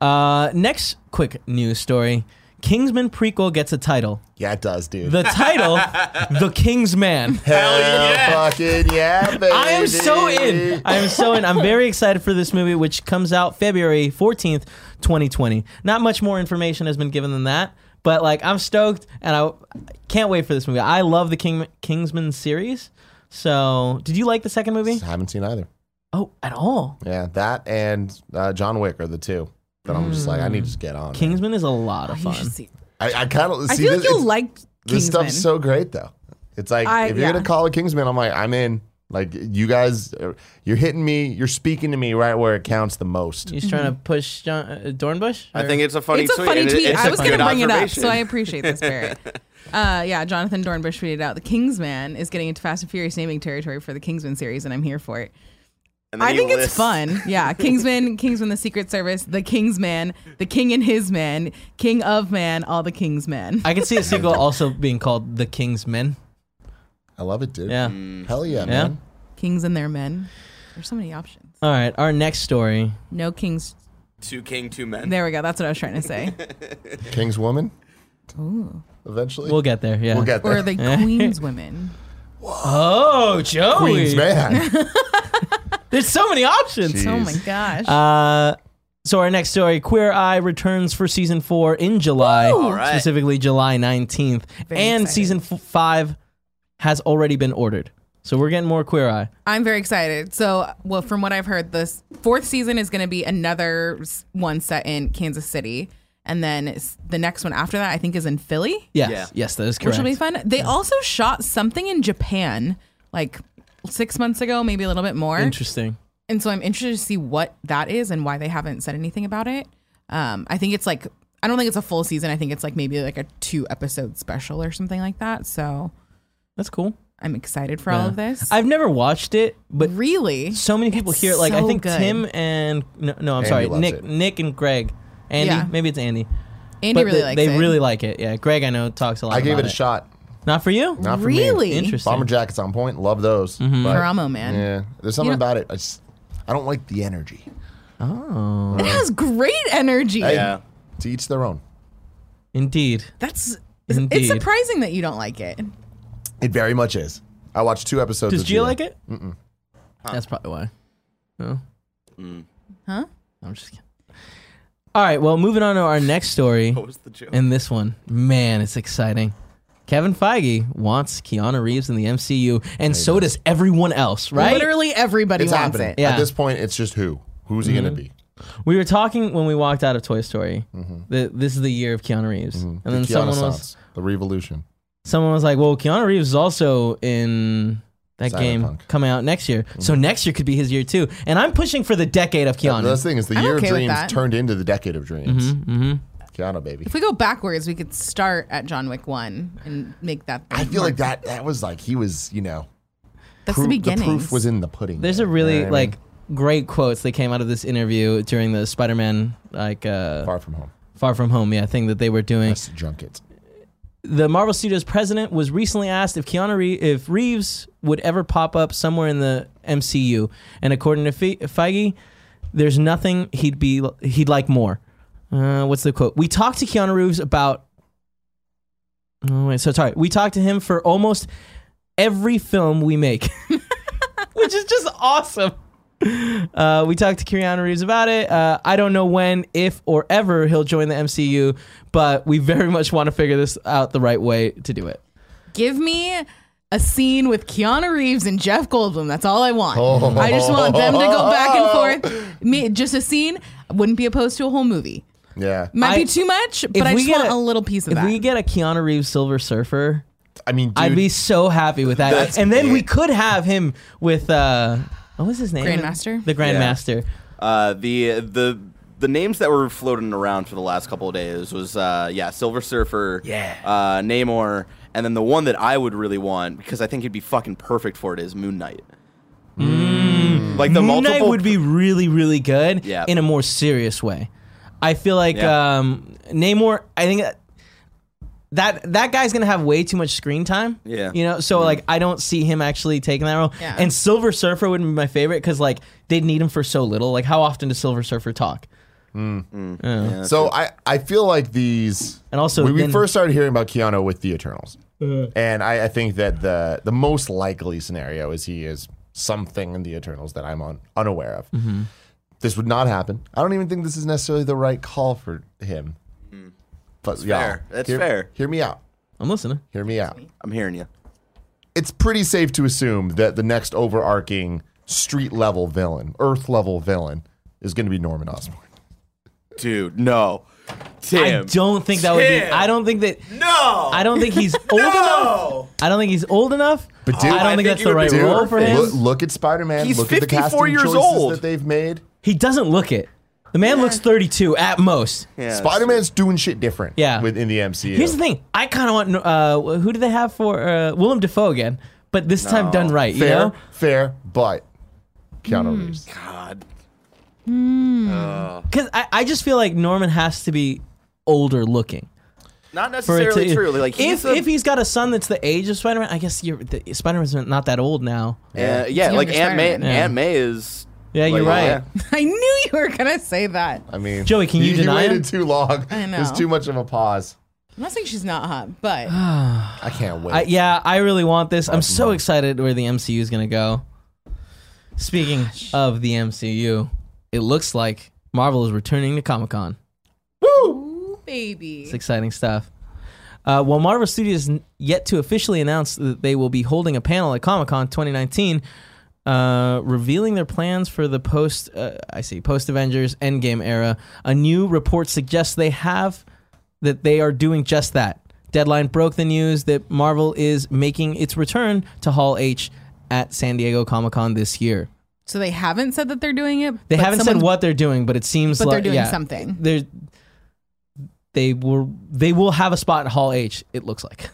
Speaker 1: Uh, next quick news story Kingsman prequel gets a title.
Speaker 2: Yeah, it does, dude.
Speaker 1: The title, The King's Man.
Speaker 2: Hell yeah. Fucking yeah, baby.
Speaker 1: I am so in. I am so in. I'm very excited for this movie, which comes out February 14th, 2020. Not much more information has been given than that, but like I'm stoked and I can't wait for this movie. I love the King Kingsman series. So, did you like the second movie?
Speaker 2: haven't seen either.
Speaker 1: Oh, at all.
Speaker 2: Yeah, that and uh, John Wick are the two that I'm just like, I need to just get on.
Speaker 1: Kingsman is a lot of
Speaker 3: Oh, You
Speaker 1: fun.
Speaker 3: should see.
Speaker 2: I, I kind of see
Speaker 3: I feel
Speaker 2: this,
Speaker 3: like you'll
Speaker 2: it's-
Speaker 3: like
Speaker 2: this
Speaker 3: Kingsman.
Speaker 2: stuff's so great though. It's like
Speaker 3: I-
Speaker 2: if you're
Speaker 3: yeah.
Speaker 2: gonna call it Kingsman, I'm like, I'm in. Like you guys, uh, you're hitting me. You're speaking to me right where it counts the most.
Speaker 1: He's trying to push John, uh, Dornbush?
Speaker 4: I think it's a funny
Speaker 3: it's a
Speaker 4: tweet.
Speaker 3: funny
Speaker 4: and it-
Speaker 3: tweet.
Speaker 4: it's
Speaker 3: I
Speaker 4: a
Speaker 3: was going
Speaker 4: good
Speaker 3: to bring it up, so I
Speaker 4: observation.
Speaker 3: appreciate this, Barrett. Uh, yeah, Jonathan Dornbush tweeted out, "The Kingsman is getting into Fast and Furious naming territory for the Kingsman series, and I'm here for it."
Speaker 4: And then
Speaker 3: I
Speaker 4: he
Speaker 3: think it's
Speaker 4: lists-
Speaker 3: fun.
Speaker 1: (laughs)
Speaker 3: Yeah, Kingsman, Kingsman, the Secret Service, the King's Man, the King and His Man, King of Man, all the King's Men.
Speaker 1: I can see a sequel also being called The King's Men.
Speaker 2: I love it, dude.
Speaker 1: Yeah.
Speaker 2: Hell yeah, man.
Speaker 3: Kings and their men. There's so many options.
Speaker 1: All right, our next story.
Speaker 3: No kings.
Speaker 4: Two king, two men.
Speaker 3: There we go. That's what I was trying
Speaker 1: (laughs)
Speaker 3: to say.
Speaker 2: King's woman. Eventually,
Speaker 1: We'll get there. Yeah.
Speaker 2: We'll get there.
Speaker 3: Or the Queen's women.
Speaker 1: Oh, Joey.
Speaker 2: Queen's man.
Speaker 1: There's so many options.
Speaker 2: Jeez.
Speaker 3: Oh my gosh.
Speaker 1: Uh, so our next story, Queer Eye returns for season four in July,
Speaker 4: All right.
Speaker 1: specifically July 19th,
Speaker 3: Very
Speaker 1: and
Speaker 3: excited.
Speaker 1: season f- five has already been ordered. So we're getting more Queer Eye.
Speaker 3: I'm very excited. So, well, from what I've heard, this fourth season is going to be another s- one set in Kansas City. And then s- the next one after that, I think, is in Philly,
Speaker 1: Yes,
Speaker 4: Yeah.
Speaker 1: yes, that is
Speaker 3: which
Speaker 1: correct.
Speaker 3: will be fun. They also shot something in Japan like six months ago, maybe a little bit more.
Speaker 1: Interesting.
Speaker 3: and so I'm interested to see what that is and why they haven't said anything about it. Um, I think it's like I don't think it's a full season. I think it's like maybe like a two episode special or something like that. So
Speaker 1: That's cool.
Speaker 3: I'm excited for all of this.
Speaker 1: I've never watched it, but
Speaker 3: really,
Speaker 1: so many people here. Like I
Speaker 3: so
Speaker 1: think
Speaker 3: good.
Speaker 1: Tim and no, no I'm
Speaker 2: Andy
Speaker 1: sorry,
Speaker 2: loves
Speaker 1: Nick,
Speaker 2: it.
Speaker 1: Nick and Greg, Andy.
Speaker 3: Yeah.
Speaker 1: Maybe it's Andy.
Speaker 3: Andy
Speaker 1: but
Speaker 3: really
Speaker 1: they,
Speaker 3: likes
Speaker 1: they
Speaker 3: it.
Speaker 1: really like it. Yeah, Greg I know talks a lot.
Speaker 2: I gave
Speaker 1: about
Speaker 2: it a shot.
Speaker 1: Not for you.
Speaker 2: Not for
Speaker 3: really
Speaker 2: me.
Speaker 1: Interesting.
Speaker 2: Bomber jackets on point. Love those. But,
Speaker 3: Karamo man.
Speaker 2: yeah, there's something
Speaker 3: You know-
Speaker 2: about it. I just, I don't like the energy.
Speaker 3: It has great energy.
Speaker 2: Hey,
Speaker 4: Yeah.
Speaker 2: To each their own.
Speaker 1: Indeed.
Speaker 3: That's
Speaker 1: Indeed.
Speaker 3: it's surprising that you don't like it.
Speaker 2: It very much is. I watched two episodes.
Speaker 1: Does
Speaker 2: this
Speaker 1: Gia
Speaker 2: year.
Speaker 1: like it? Mm-mm. That's probably why. No.
Speaker 3: Huh?
Speaker 1: I'm just kidding. All right. Well, moving on to our next story.
Speaker 4: What was the joke?
Speaker 1: And this one, man, it's exciting. Kevin Feige wants Keanu Reeves in the MCU, and so does everyone else, right?
Speaker 3: Literally everybody
Speaker 2: It's
Speaker 3: wants
Speaker 2: happening.
Speaker 3: it.
Speaker 1: Yeah.
Speaker 2: At this point, it's just who. Who's he gonna be?
Speaker 1: We were talking when we walked out of Toy Story. that this is the year of Keanu Reeves, and then
Speaker 2: Mm-hmm. The
Speaker 1: someone was
Speaker 2: Renaissance, the revolution.
Speaker 1: someone was like, "Well, Keanu Reeves is also in that
Speaker 2: Cyberpunk. Mm-hmm.
Speaker 1: game coming out next year, so next year could be his year too." And I'm pushing for the decade of Keanu.
Speaker 2: That's the thing is the
Speaker 3: I'm
Speaker 2: year
Speaker 3: okay
Speaker 2: of
Speaker 3: with
Speaker 2: dreams
Speaker 3: that.
Speaker 2: turned into the decade of dreams. Mm-hmm, Keanu, baby.
Speaker 3: If we go backwards, we could start at John Wick one and make that.
Speaker 2: I feel like that. That was like he was. You know,
Speaker 3: that's
Speaker 2: proof,
Speaker 3: the
Speaker 2: the,
Speaker 3: beginning.
Speaker 2: proof was in the pudding.
Speaker 1: There's a
Speaker 2: there, you
Speaker 1: really
Speaker 2: know what I mean?
Speaker 1: like great quotes that came out of this interview during the Spider-Man like uh,
Speaker 2: far from home.
Speaker 1: Far From Home yeah thing that they were doing.
Speaker 2: That's junket.
Speaker 1: The Marvel Studios president was recently asked if Keanu Ree- if Reeves would ever pop up somewhere in the MCU, and according to Fe- Feige, there's nothing he'd be he'd like more. Uh, what's the quote? We talked to Keanu Reeves about. Oh wait, so sorry. We talked to him for almost every film we make, (laughs) which is just awesome. Uh, we talked to Keanu Reeves about it. Uh, I don't know when, if, or ever he'll join the MCU, but we very much want to figure this out the right way to do it.
Speaker 3: Give me a scene with Keanu Reeves and Jeff Goldblum. That's all I want. I just want them to go back and forth. Me, just a scene. I Wouldn't be opposed to a whole movie.
Speaker 2: Yeah.
Speaker 3: Might
Speaker 1: I-
Speaker 3: be too much, but I
Speaker 1: we
Speaker 3: just
Speaker 1: get
Speaker 3: want
Speaker 1: a-
Speaker 3: a, little piece of
Speaker 1: If
Speaker 3: that.
Speaker 1: we get a Keanu Reeves Silver Surfer,
Speaker 2: I mean, dude,
Speaker 1: I'd be so happy with that.
Speaker 4: That's
Speaker 1: And then
Speaker 4: it.
Speaker 1: we could have him with uh, what was his name?
Speaker 3: Grandmaster?
Speaker 1: The Grandmaster.
Speaker 4: Uh, the the the names that were floating around for the last couple of days was uh, yeah, Silver Surfer,
Speaker 1: Yeah.
Speaker 4: uh, Namor, and then the one that I would really want because I think he'd be fucking perfect for it is Moon Knight. Like the
Speaker 1: Hmm. Moon Knight
Speaker 4: multiple
Speaker 1: would be really, really good
Speaker 4: Yeah.
Speaker 1: in a more serious way. I feel like
Speaker 4: Yeah.
Speaker 1: um, Namor. I think that that guy's gonna have way too much screen time.
Speaker 4: Yeah. Mm-hmm.
Speaker 1: you know. So like, I don't see him actually taking that role.
Speaker 3: Yeah.
Speaker 1: And Silver Surfer would be my favorite because like they need him for so little. Like, how often does Silver Surfer talk?
Speaker 2: So I, I feel like these.
Speaker 1: And also
Speaker 2: when we
Speaker 1: then-
Speaker 2: first started hearing about Keanu with the Eternals,
Speaker 4: Uh.
Speaker 2: and I, I think that the the most likely scenario is he is something in the Eternals that I'm un, unaware of.
Speaker 1: Mm-hmm.
Speaker 2: This would not happen. I don't even think this is necessarily the right call for him. But yeah,
Speaker 4: fair. Hmm. That's
Speaker 2: hear,
Speaker 4: fair.
Speaker 2: Hear me out.
Speaker 1: I'm listening.
Speaker 2: Hear me out.
Speaker 4: I'm hearing you.
Speaker 2: It's pretty safe to assume that the next overarching street level villain, Earth level villain, is going to be Norman Osborn.
Speaker 4: Dude, no.
Speaker 1: I
Speaker 4: Tim.
Speaker 1: don't think that would be.
Speaker 4: Tim.
Speaker 1: I don't think that.
Speaker 4: No.
Speaker 1: I don't think
Speaker 4: (laughs)
Speaker 1: he's old enough. I don't think he's old enough.
Speaker 2: But dude-
Speaker 1: I don't
Speaker 2: I
Speaker 1: think
Speaker 4: think
Speaker 1: that's
Speaker 4: he
Speaker 1: the
Speaker 4: would
Speaker 1: right
Speaker 4: be
Speaker 2: Dude,
Speaker 1: role for him.
Speaker 2: Look, look at Spider Man.
Speaker 4: He's
Speaker 2: Look at the
Speaker 4: 54
Speaker 2: casting
Speaker 4: years
Speaker 2: choices
Speaker 4: old.
Speaker 2: that they've made.
Speaker 1: He doesn't look it. The man looks 32 at most.
Speaker 4: Yeah.
Speaker 2: Spider Man's doing shit different.
Speaker 1: Yeah.
Speaker 2: Within the MCU.
Speaker 1: Here's the thing. I kind of want. Uh, who do they have for uh, Willem Dafoe again? But this time done right. You Hmm.
Speaker 2: Fair,
Speaker 1: know,
Speaker 2: fair, but Keanu Reeves.
Speaker 4: God.
Speaker 1: Hmm.
Speaker 4: Uh,
Speaker 1: Because I, I just feel like Norman has to be older looking.
Speaker 4: Not
Speaker 1: for it
Speaker 4: necessarily
Speaker 1: to-
Speaker 4: true. Like
Speaker 1: if
Speaker 4: he's a-
Speaker 1: if he's got a son that's the age of Spider Man, I guess you're, the, Spider-Man's not that old now.
Speaker 4: uh, yeah,
Speaker 3: He's
Speaker 4: like
Speaker 3: younger
Speaker 4: Aunt May.
Speaker 3: Spider-Man.
Speaker 1: Yeah.
Speaker 4: Aunt May is.
Speaker 1: Yeah, you're right.
Speaker 4: like, yeah.
Speaker 3: (laughs) I knew you were gonna say that.
Speaker 2: I mean,
Speaker 1: Joey, can you
Speaker 2: he,
Speaker 1: deny
Speaker 2: he waited
Speaker 1: him?
Speaker 2: too long.
Speaker 3: I know.
Speaker 2: There's too much of a pause.
Speaker 3: I'm not saying she's not
Speaker 1: (sighs)
Speaker 3: hot, but oh,
Speaker 2: I can't wait.
Speaker 1: I, yeah, I really want this. I'm so excited where the MCU is gonna go. Speaking of the MCU, it looks like Marvel is returning to Comic Con.
Speaker 3: Ooh, baby.
Speaker 1: It's exciting stuff. Uh, while Marvel Studios n- yet to officially announce that they will be holding a panel at Comic Con 2019, uh, revealing their plans for the post, uh, I see, post Avengers Endgame era, a new report suggests they have that they are doing just that. Deadline broke the news that Marvel is making its return to Hall H at San Diego Comic Con this year.
Speaker 3: So they haven't said that they're doing it.
Speaker 1: They
Speaker 3: but
Speaker 1: haven't said
Speaker 3: someone's-
Speaker 1: what they're doing, but it seems
Speaker 3: But
Speaker 1: like
Speaker 3: they're doing
Speaker 1: yeah,
Speaker 3: something.
Speaker 1: They're, they were they will have a spot in Hall H. It looks like.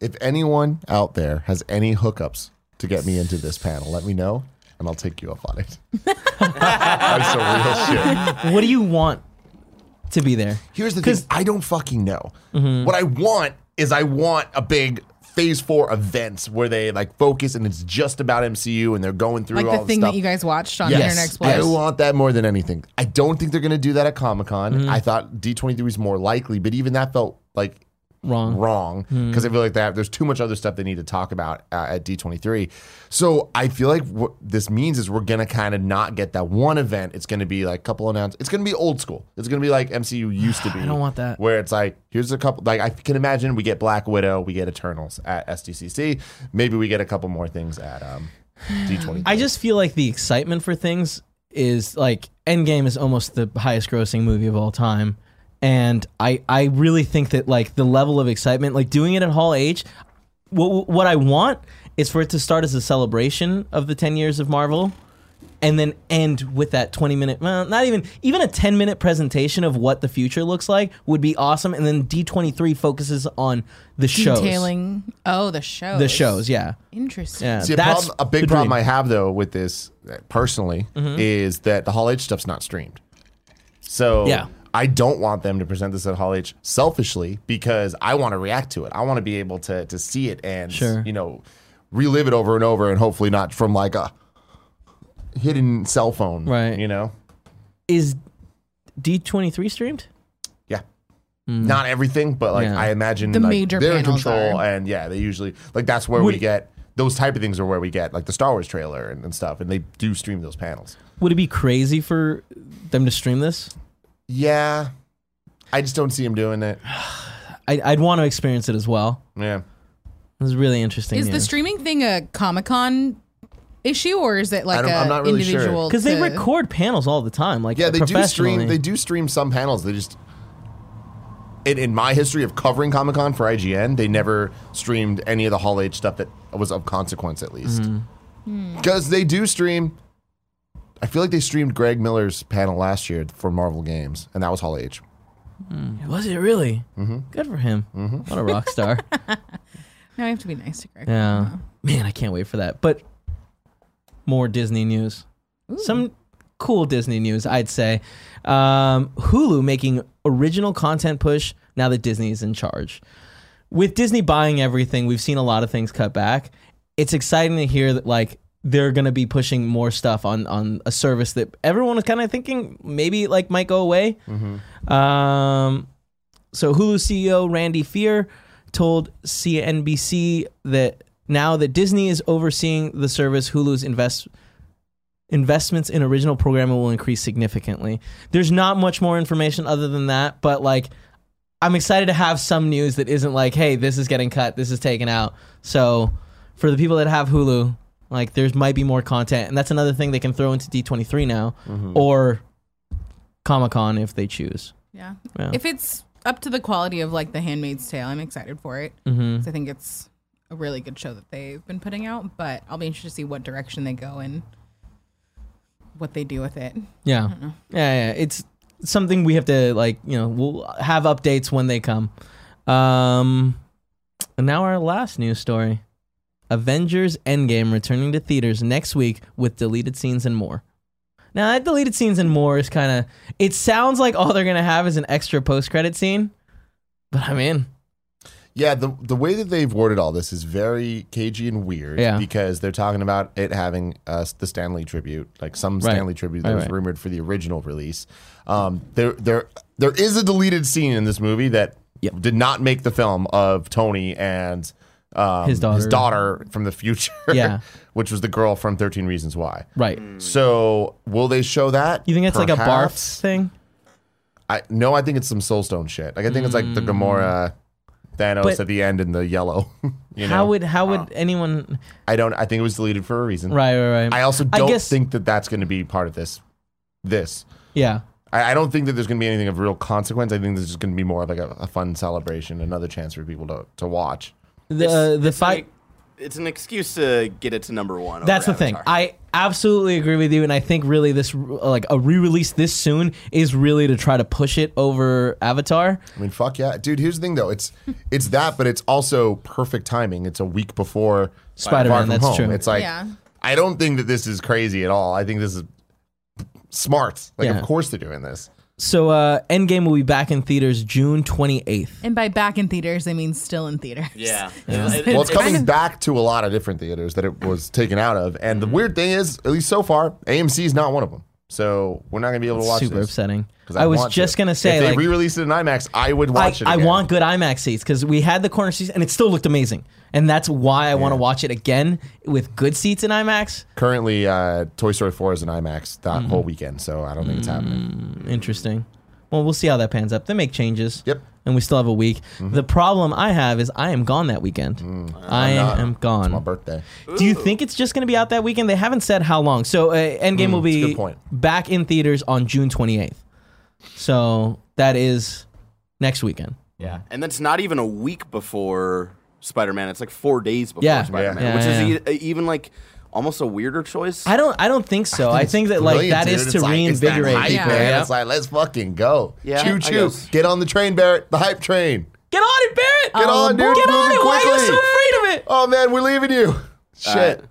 Speaker 2: if anyone out there has any hookups to get me into this panel, let me know and I'll take you up on it. (laughs) That's some real shit.
Speaker 1: what do you want to be there?
Speaker 2: Here's the thing I don't fucking know. What I want is I want a big phase four events where they like focus and it's just about MCU and they're going through
Speaker 3: like
Speaker 2: all
Speaker 3: the thing
Speaker 2: stuff.
Speaker 3: that you guys watched on
Speaker 1: Yes.
Speaker 3: Internet
Speaker 2: I
Speaker 3: Explorer.
Speaker 2: want that more than anything. I don't think they're going to do that at Comic Con. I thought D23 was more likely, but even that felt like
Speaker 1: Wrong.
Speaker 2: wrong because I feel like they have, there's too much other stuff they need to talk about uh, at D23. So I feel like what this means is we're going to kind of not get that one event. It's going to be like a couple announcements. It's going to be old school. It's going to be like MCU used
Speaker 1: (sighs)
Speaker 2: to be. I
Speaker 1: don't want that.
Speaker 2: Where it's like, here's a couple, like I can imagine we get Black Widow, we get Eternals at SDCC. Maybe we get a couple more things at um, D23.
Speaker 1: I just feel like the excitement for things is like Endgame is almost the highest grossing movie of all time. And I, I really think that like the level of excitement, like doing it at Hall H, what what I want is for it to start as a celebration of the ten years of Marvel, and then end with that twenty minute, well, not even even a ten minute presentation of what the future looks like would be awesome. And then D twenty three focuses on the shows,
Speaker 3: Detailing. Oh, the shows.
Speaker 1: the shows, yeah.
Speaker 3: Interesting.
Speaker 1: Yeah,
Speaker 2: See, a,
Speaker 1: that's
Speaker 2: problem, a big
Speaker 1: the
Speaker 2: problem
Speaker 1: dream. Mm-hmm.
Speaker 2: I have though with this uh, personally is that the Hall H stuff's not streamed. So
Speaker 1: Yeah.
Speaker 2: I don't want them to present this at Hall H selfishly because I want to react to it. I want to be able to to see it and
Speaker 1: Sure.
Speaker 2: you know relive it over and over and hopefully not from like a hidden cell phone,
Speaker 1: Right.
Speaker 2: You know,
Speaker 1: is D twenty three streamed?
Speaker 2: yeah. Not everything, but like
Speaker 1: Mm. Yeah.
Speaker 2: I imagine
Speaker 3: The
Speaker 2: like,
Speaker 3: major
Speaker 2: they're in
Speaker 3: panels
Speaker 2: control,
Speaker 3: are.
Speaker 2: and yeah, they usually like that's where we
Speaker 1: Would-
Speaker 2: get those type of things are where we get like the Star Wars trailer and, and stuff, and they do stream those panels.
Speaker 1: Would it be crazy for them to stream this?
Speaker 2: Yeah. I just don't see him doing it.
Speaker 1: I, I'd want to experience it as well.
Speaker 2: Yeah.
Speaker 1: It was really interesting.
Speaker 3: Is the streaming thing a Comic Con issue or is it like
Speaker 2: don't-
Speaker 3: a
Speaker 2: I'm not really sure.
Speaker 3: individual?
Speaker 1: because they
Speaker 3: to-
Speaker 1: record panels all the time. Like
Speaker 2: Yeah, they do stream
Speaker 1: professionally.
Speaker 2: they do stream some panels. They just in, in my history of covering Comic Con for IGN, they never streamed any of the Hall H stuff that was of consequence at least. Because they do stream I feel like they streamed Greg Miller's panel last year for Marvel Games, and that was Hall H.
Speaker 1: Was it really? Mm-hmm. Good for him. What a rock
Speaker 2: (laughs)
Speaker 1: star.
Speaker 3: Now I have to be nice to Greg.
Speaker 1: yeah, man, I can't wait for that. But more Disney news. Some cool Disney news, I'd say. Um, Hulu making original content push now that Disney is in charge. With Disney buying everything, we've seen a lot of things cut back. It's exciting to hear that like they're going to be pushing more stuff on on a service that everyone was kind of thinking maybe like might go away. Um, so Hulu CEO Randy Fear told CNBC that now that Disney is overseeing the service, Hulu's invest investments in original programming will increase significantly. There's not much more information other than that, but like I'm excited to have some news that isn't like, hey, this is getting cut, this is taken out. So for the people that have Hulu, like there's might be more content, and that's another thing they can throw into D23 now or Comic Con if they choose.
Speaker 3: Yeah.
Speaker 1: Yeah.
Speaker 3: If it's up to the quality of like The Handmaid's Tale, I'm excited for it.
Speaker 1: Mm-hmm.
Speaker 3: 'Cause I think it's a really good show that they've been putting out, but I'll be interested to see what direction they go and what they do with it.
Speaker 1: Yeah. yeah, yeah. It's something we have to like. You know, we'll have updates when they come. Um, and now our last news story. Avengers Endgame returning to theaters next week with deleted scenes and more. Now, that deleted scenes and more is kind of. It sounds like all they're going to have is an extra post credit scene, but I'm in.
Speaker 2: Yeah, the the way that they've worded all this is very cagey and weird.
Speaker 1: Yeah.
Speaker 2: because they're talking about it having uh, the Stanley tribute, like some
Speaker 1: Right.
Speaker 2: Stanley tribute that
Speaker 1: Right,
Speaker 2: was
Speaker 1: right.
Speaker 2: rumored for the original release. Um, there there there is a deleted scene in this movie that
Speaker 1: Yep.
Speaker 2: did not make the film of Tony and um,
Speaker 1: His daughter.
Speaker 2: daughter from the future.
Speaker 1: Yeah.
Speaker 2: (laughs) which was the girl from Thirteen Reasons Why.
Speaker 1: Right.
Speaker 2: So will they show that?
Speaker 1: You think it's like a barf
Speaker 2: Perhaps.
Speaker 1: thing?
Speaker 2: I no, I think it's some Soulstone shit. Like I think it's like the Gamora Thanos
Speaker 1: Mm. But-
Speaker 2: at the end in the yellow. (laughs) you know?
Speaker 1: How would how would anyone?
Speaker 2: I don't. I think it was deleted for a reason.
Speaker 1: Right, right, right.
Speaker 2: I also
Speaker 1: I
Speaker 2: don't
Speaker 1: guess-
Speaker 2: think that that's going to be part of this. This.
Speaker 1: yeah,
Speaker 2: I, I don't think that there's going to be anything of real consequence. I think this is going to be more of like a, a fun celebration, another chance for people to, to watch.
Speaker 1: the uh, the fight.
Speaker 4: It's an excuse to get it to number one. over
Speaker 1: That's the thing.
Speaker 4: Avatar.
Speaker 1: I absolutely agree with you, and I think really this like a re-release this soon is really to try to push it over Avatar.
Speaker 2: I mean, fuck yeah, dude. Here's the thing though. (laughs) It's it's that, but it's also perfect timing. It's a week before
Speaker 1: Spider-Man,
Speaker 2: Far From
Speaker 1: that's
Speaker 2: Home.
Speaker 1: true.
Speaker 2: It's like
Speaker 3: Yeah.
Speaker 2: I don't think that this is crazy at all. I think this is smart. Like,
Speaker 1: Yeah.
Speaker 2: of course they're doing this.
Speaker 1: So uh Endgame will be back in theaters June 28th.
Speaker 3: And by back in theaters, they mean still in theaters.
Speaker 4: Yeah.
Speaker 2: Well, it's coming back to a lot of different theaters that it was taken out of,
Speaker 1: Mm-hmm.
Speaker 2: and the weird thing is, at least so far, AMC is not one of them. So we're not gonna be able to watch
Speaker 1: Super
Speaker 2: this.
Speaker 1: upsetting.
Speaker 2: 'Cause
Speaker 1: I, was
Speaker 2: want
Speaker 1: just
Speaker 2: to.
Speaker 1: gonna say
Speaker 2: if they
Speaker 1: like
Speaker 2: re-released it in IMAX, I would
Speaker 1: I,
Speaker 2: watch it.
Speaker 1: I
Speaker 2: again.
Speaker 1: want good IMAX seats because we had the corner seats and it still looked amazing, and that's why I want to watch it again with good seats in IMAX.
Speaker 2: currently uh, Toy Story Four is in IMAX that whole
Speaker 1: Mm-hmm.
Speaker 2: weekend, so I don't think it's happening.
Speaker 1: Interesting. Well, we'll see how that pans up. They make changes.
Speaker 2: Yep. Mm-hmm.
Speaker 1: And we still have a week. The problem I have is I am gone that weekend. I
Speaker 2: Mm. not.
Speaker 1: am gone.
Speaker 2: My birthday.
Speaker 1: Do you think it's just going to be out that weekend? They haven't said how long. So uh, Endgame will
Speaker 2: Mm, a
Speaker 1: be
Speaker 2: good point.
Speaker 1: back in theaters on June 28th. So that is next weekend.
Speaker 4: Yeah. And that's not even a week before Spider Man. It's like four days before
Speaker 1: Yeah.
Speaker 4: Spider Man,
Speaker 1: Yeah.
Speaker 4: which
Speaker 1: Yeah,
Speaker 4: is e- even like almost a weirder choice.
Speaker 1: I don't. I don't think so. I think, that like
Speaker 2: Brilliant,
Speaker 1: that is
Speaker 2: dude.
Speaker 1: to
Speaker 2: It's like- it's that
Speaker 1: reinvigorate
Speaker 2: hype,
Speaker 1: people.
Speaker 2: man.
Speaker 1: Yeah.
Speaker 2: It's like let's fucking go.
Speaker 4: Yeah,
Speaker 2: choo
Speaker 4: I
Speaker 2: choo.
Speaker 4: guess.
Speaker 2: Get on the train, Barrett. The hype train.
Speaker 1: Get on it, Barrett.
Speaker 2: Get on, dude.
Speaker 1: Get
Speaker 2: Move
Speaker 1: on
Speaker 2: it
Speaker 1: it. Why are you
Speaker 2: quickly.
Speaker 1: so afraid of it?
Speaker 2: Oh man, we're leaving you. Shit.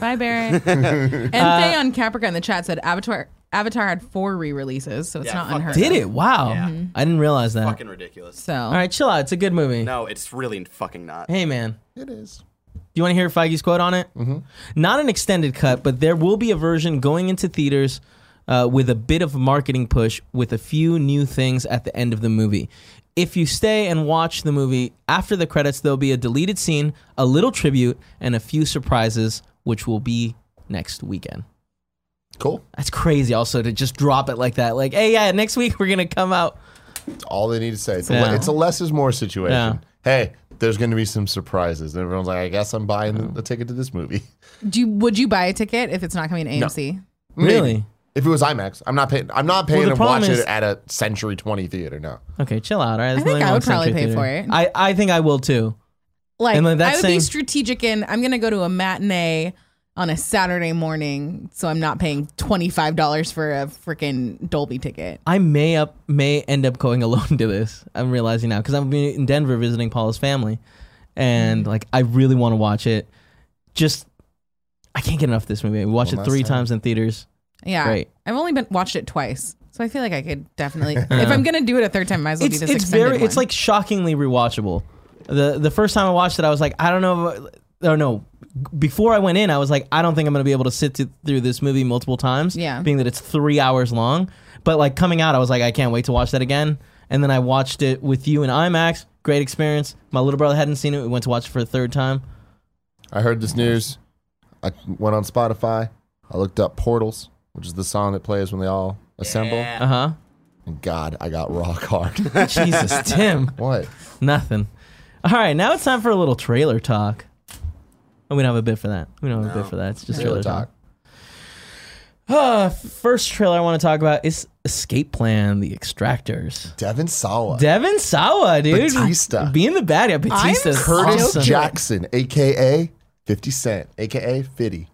Speaker 3: Bye,
Speaker 4: (laughs)
Speaker 3: Barrett. and
Speaker 1: Uh,
Speaker 3: Faye on Caprica in the chat said Avatar Avatar had four re-releases, so it's
Speaker 4: Yeah,
Speaker 3: not
Speaker 4: fuck
Speaker 3: unheard.
Speaker 1: Did
Speaker 3: of.
Speaker 1: it? Wow. I didn't realize that.
Speaker 4: Fucking ridiculous.
Speaker 3: So
Speaker 1: All right, chill out. It's a good movie.
Speaker 4: No, it's really fucking not.
Speaker 1: Hey, man.
Speaker 2: It is.
Speaker 1: Do you want to hear Feige's quote on it? Mm-hmm. Not an extended cut, but there will be a version going into theaters uh, with a bit of a marketing push with a few new things at the end of the movie. If you stay and watch the movie after the credits, there'll be a deleted scene, a little tribute, and a few surprises, which will be next weekend.
Speaker 2: Cool.
Speaker 1: That's crazy, also, to just drop it like that. Like, hey, yeah, next week we're going to come out.
Speaker 2: It's all they need to say. It's, a,
Speaker 1: Yeah.
Speaker 2: le- it's a less is more situation.
Speaker 1: Yeah.
Speaker 2: Hey, there's going to be some surprises, and everyone's like, "I guess I'm buying the, the ticket to this movie." (laughs)
Speaker 3: do you, would you buy a ticket if it's not coming to AMC?
Speaker 2: Maybe.
Speaker 1: Really?
Speaker 2: If it was IMAX, I'm not paying. I'm not paying
Speaker 1: the
Speaker 2: to watch
Speaker 1: problem is-
Speaker 2: it at a Century 20 theater. No,
Speaker 1: Okay, chill out. All right, there's
Speaker 3: think
Speaker 1: nothing
Speaker 3: I
Speaker 1: wrong
Speaker 3: would
Speaker 1: with Century
Speaker 3: probably pay
Speaker 1: Theater.
Speaker 3: for it.
Speaker 1: I, I think I will too.
Speaker 3: Like
Speaker 1: And then that's
Speaker 3: I would
Speaker 1: saying-
Speaker 3: be strategic in I'm gonna go to a matinee on a Saturday morning, so I'm not paying twenty five dollars for a freaking Dolby ticket.
Speaker 1: I may up may end up going (laughs) alone to this. I'm realizing now because I'm be in Denver visiting Paula's family,
Speaker 2: Mm-hmm.
Speaker 1: and like I really want to watch it. Just I can't get enough of this movie. We watched it
Speaker 2: last
Speaker 1: three
Speaker 2: time.
Speaker 1: times in theaters.
Speaker 3: Yeah.
Speaker 1: Great.
Speaker 3: I've only been watched it twice. So I feel like I could
Speaker 1: (laughs)
Speaker 3: definitely if I'm gonna do it a third time, might as well
Speaker 1: It's
Speaker 3: do this
Speaker 1: it's
Speaker 3: extended
Speaker 1: very
Speaker 3: one.
Speaker 1: it's like shockingly rewatchable. the The first time I watched it, I was like, I don't know. Or no, before I went in, I was like, I don't think I'm gonna be able to sit to, through this movie multiple times.
Speaker 3: Yeah.
Speaker 1: being that it's three hours long. But like coming out, I was like, I can't wait to watch that again. And then I watched it with you in IMAX. Great experience. My little brother hadn't seen it. We went to watch it for a third time.
Speaker 2: I heard this news. I went on Spotify. I looked up Portals, which is the song that plays when they all assemble.
Speaker 1: Uh huh.
Speaker 3: (laughs)
Speaker 2: And God, I got (laughs) rock hard.
Speaker 1: Jesus, Tim.
Speaker 2: what?
Speaker 1: Nothing. All right, now it's time for a little trailer talk. And we don't have a bit for that. We don't have a bit for that. It's just trailer,
Speaker 2: Trailer
Speaker 1: talk.
Speaker 2: talk.
Speaker 1: Uh, first trailer I want to talk about is Escape Plan: The Extractors.
Speaker 2: Devin Sawa.
Speaker 1: Devin Sawa, dude,
Speaker 2: Batista.
Speaker 1: being the bad guy. Batista's
Speaker 2: Curtis
Speaker 1: awesome.
Speaker 2: Jackson, aka 50 Cent, aka 50.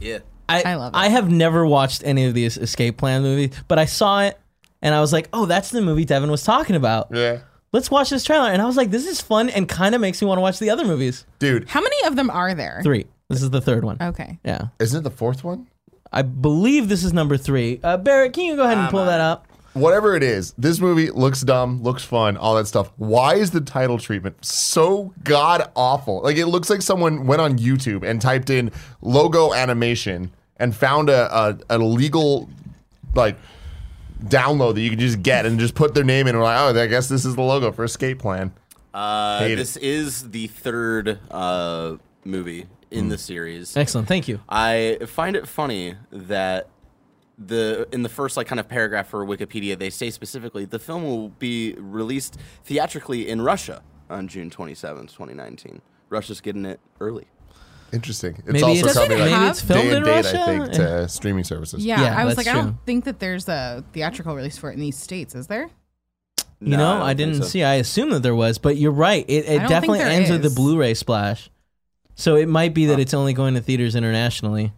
Speaker 4: Yeah.
Speaker 1: I,
Speaker 3: I love it.
Speaker 1: I have never watched any of these Escape Plan movies, but I saw it and I was like, oh, that's the movie Devin was talking about.
Speaker 2: Yeah.
Speaker 1: let's watch this trailer. And I was like, this is fun and kind of makes me want to watch the other movies.
Speaker 2: Dude,
Speaker 3: How many of them are there?
Speaker 1: Three. This is the third one.
Speaker 3: Okay.
Speaker 1: Yeah.
Speaker 2: isn't it the fourth one?
Speaker 1: I believe this is number three. Uh, Barrett, can you go ahead and pull that up?
Speaker 2: Whatever it is, this movie looks dumb, looks fun, all that stuff. Why is the title treatment so god awful? Like it looks like someone went on YouTube and typed in logo animation and found a a, a legal like download that you can just get and just put their name in and we're like, oh, I guess this is the logo for Escape Plan.
Speaker 4: Uh,
Speaker 2: Hate it.
Speaker 4: this is the third uh, movie
Speaker 1: Hmm.
Speaker 4: in the series.
Speaker 1: Excellent. Thank you.
Speaker 4: I find it funny that the in the first like kind of paragraph for Wikipedia they say specifically the film will be released theatrically in Russia on June 27th, 2019. Russia's getting it early.
Speaker 2: Interesting. It's
Speaker 1: Maybe
Speaker 2: also
Speaker 1: it's,
Speaker 2: coming like
Speaker 3: it
Speaker 1: maybe
Speaker 3: have
Speaker 1: it's filmed
Speaker 2: day
Speaker 1: in
Speaker 2: and date,
Speaker 1: Russia.
Speaker 2: I think, to streaming services.
Speaker 3: Yeah,
Speaker 1: Yeah,
Speaker 3: I was
Speaker 1: that's
Speaker 3: like, I
Speaker 1: true.
Speaker 3: don't think that there's a theatrical release for it in these states, is there?
Speaker 1: You
Speaker 4: No,
Speaker 1: know,
Speaker 4: don't
Speaker 1: I,
Speaker 4: think
Speaker 1: didn't
Speaker 4: so.
Speaker 1: see. I assume that there was, but you're right. It, it
Speaker 3: think
Speaker 1: definitely
Speaker 3: there
Speaker 1: ends with the
Speaker 3: is.
Speaker 1: Blu-ray splash. So it might be that it's only going to theaters internationally.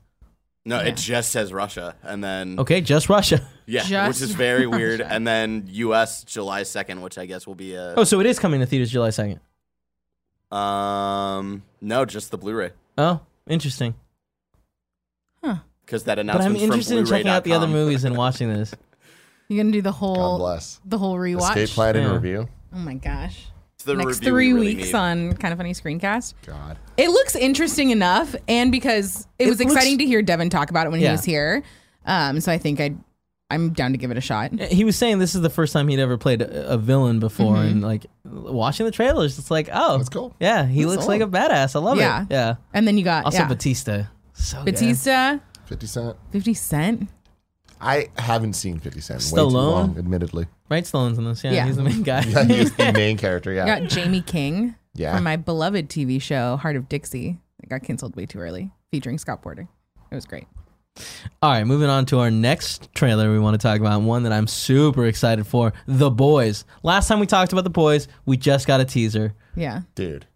Speaker 4: No, it just says Russia, and then
Speaker 1: Okay, just Russia.
Speaker 4: yeah,
Speaker 3: Just
Speaker 4: which is
Speaker 3: (laughs)
Speaker 4: very weird. And then U.S. July 2nd, which I guess will be a
Speaker 1: Oh, so it is coming to theaters July second.
Speaker 4: um no, just the Blu-ray
Speaker 1: Oh, interesting.
Speaker 4: because that
Speaker 1: But
Speaker 4: announcement.
Speaker 1: I'm interested in checking out the other movies and watching this.
Speaker 3: You're gonna do the
Speaker 2: God
Speaker 3: whole
Speaker 2: bless.
Speaker 3: the whole rewatch.
Speaker 2: Escape Plan in
Speaker 1: Yeah.
Speaker 2: review.
Speaker 3: Oh my gosh.
Speaker 4: The
Speaker 3: Next
Speaker 4: review
Speaker 3: three
Speaker 4: we really
Speaker 3: weeks
Speaker 4: need.
Speaker 3: on Kind of Funny Screencast.
Speaker 2: God.
Speaker 3: It looks interesting enough, and because it,
Speaker 1: It
Speaker 3: was
Speaker 1: looks-
Speaker 3: exciting to hear Devin talk about it when
Speaker 1: Yeah.
Speaker 3: he was here, um, so I think I, I'm down to give it a shot.
Speaker 1: He was saying this is the first time he'd ever played a, a villain before,
Speaker 3: Mm-hmm.
Speaker 1: and like watching the trailers, it's like, oh,
Speaker 2: That's cool.
Speaker 1: Yeah, he looks like a badass. I love
Speaker 3: Yeah.
Speaker 1: it. Yeah.
Speaker 3: And then you got
Speaker 1: Also,
Speaker 3: yeah,
Speaker 1: Batista. So good.
Speaker 3: Batista,
Speaker 2: Fifty Cent.
Speaker 3: Fifty Cent.
Speaker 2: I haven't seen Fifty Cent in way too
Speaker 1: Stallone?
Speaker 2: long,
Speaker 1: (laughs)
Speaker 2: admittedly.
Speaker 1: Right, Stallone's in this. Yeah,
Speaker 3: Yeah.
Speaker 1: he's the main guy.
Speaker 2: He's the main character, yeah.
Speaker 3: You got Jamie King
Speaker 2: Uh, Yeah.
Speaker 3: from my beloved TV show Heart of Dixie. It got canceled way too early, featuring Scott Porter. It was great.
Speaker 1: All right, moving on to our next trailer we want to talk about, one that I'm super excited for The Boys. Last time we talked about The Boys, we just got a teaser.
Speaker 3: Yeah.
Speaker 2: Dude.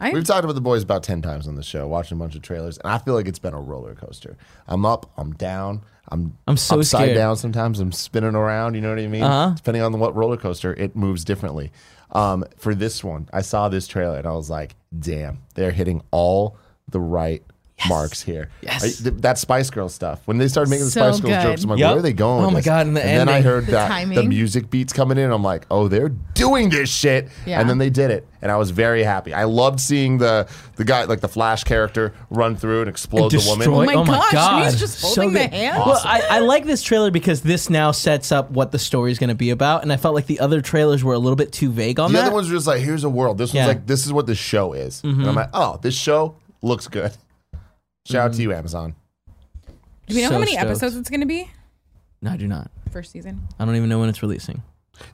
Speaker 3: I-
Speaker 2: We've talked about the boys about 10 times on the show, watching a bunch of trailers, and I feel like it's been a roller coaster. I'm up, I'm down, I'm
Speaker 1: I'm so
Speaker 2: upside
Speaker 1: scared. Uh-huh.
Speaker 2: down sometimes, I'm spinning around, you know what I mean? Depending on what roller coaster, it moves differently. Um, for this one, I saw this trailer and I was like, damn, they're hitting all the right marks here.
Speaker 1: Yes.
Speaker 2: I- th- that Spice Girl stuff. When they started making the
Speaker 3: So
Speaker 2: Spice Girl
Speaker 3: good.
Speaker 2: jokes, I'm like,
Speaker 1: Yep.
Speaker 2: where are they going?
Speaker 1: Oh
Speaker 2: with
Speaker 1: my
Speaker 2: this?
Speaker 1: God, and the
Speaker 2: and then I
Speaker 1: ending.
Speaker 2: heard
Speaker 3: The
Speaker 2: that the
Speaker 3: timing.
Speaker 2: music beats coming in. I'm like, oh, they're doing this shit.
Speaker 3: Yeah.
Speaker 2: And then they did it. And I was very happy. I loved seeing the the guy, like the Flash character, run through and explode the woman.
Speaker 1: Destroy-
Speaker 3: Oh my gosh, he's just
Speaker 1: So
Speaker 3: holding the
Speaker 1: good.
Speaker 3: hand?
Speaker 1: Well, I, I like this trailer because this now sets up what the story is going to be about, and I felt like the other trailers were a little bit too vague on
Speaker 2: the
Speaker 1: that.
Speaker 2: other one's just like, here's a world. This one's
Speaker 1: Yeah. Mm-hmm.
Speaker 2: like, this is what this show is. And I'm like, oh, this show looks good. Shout out to you, Amazon.
Speaker 3: Do we know
Speaker 1: So
Speaker 3: how many
Speaker 1: stoked.
Speaker 3: episodes it's going to be?
Speaker 1: no, I do not.
Speaker 3: First season.
Speaker 1: I don't even know when it's releasing.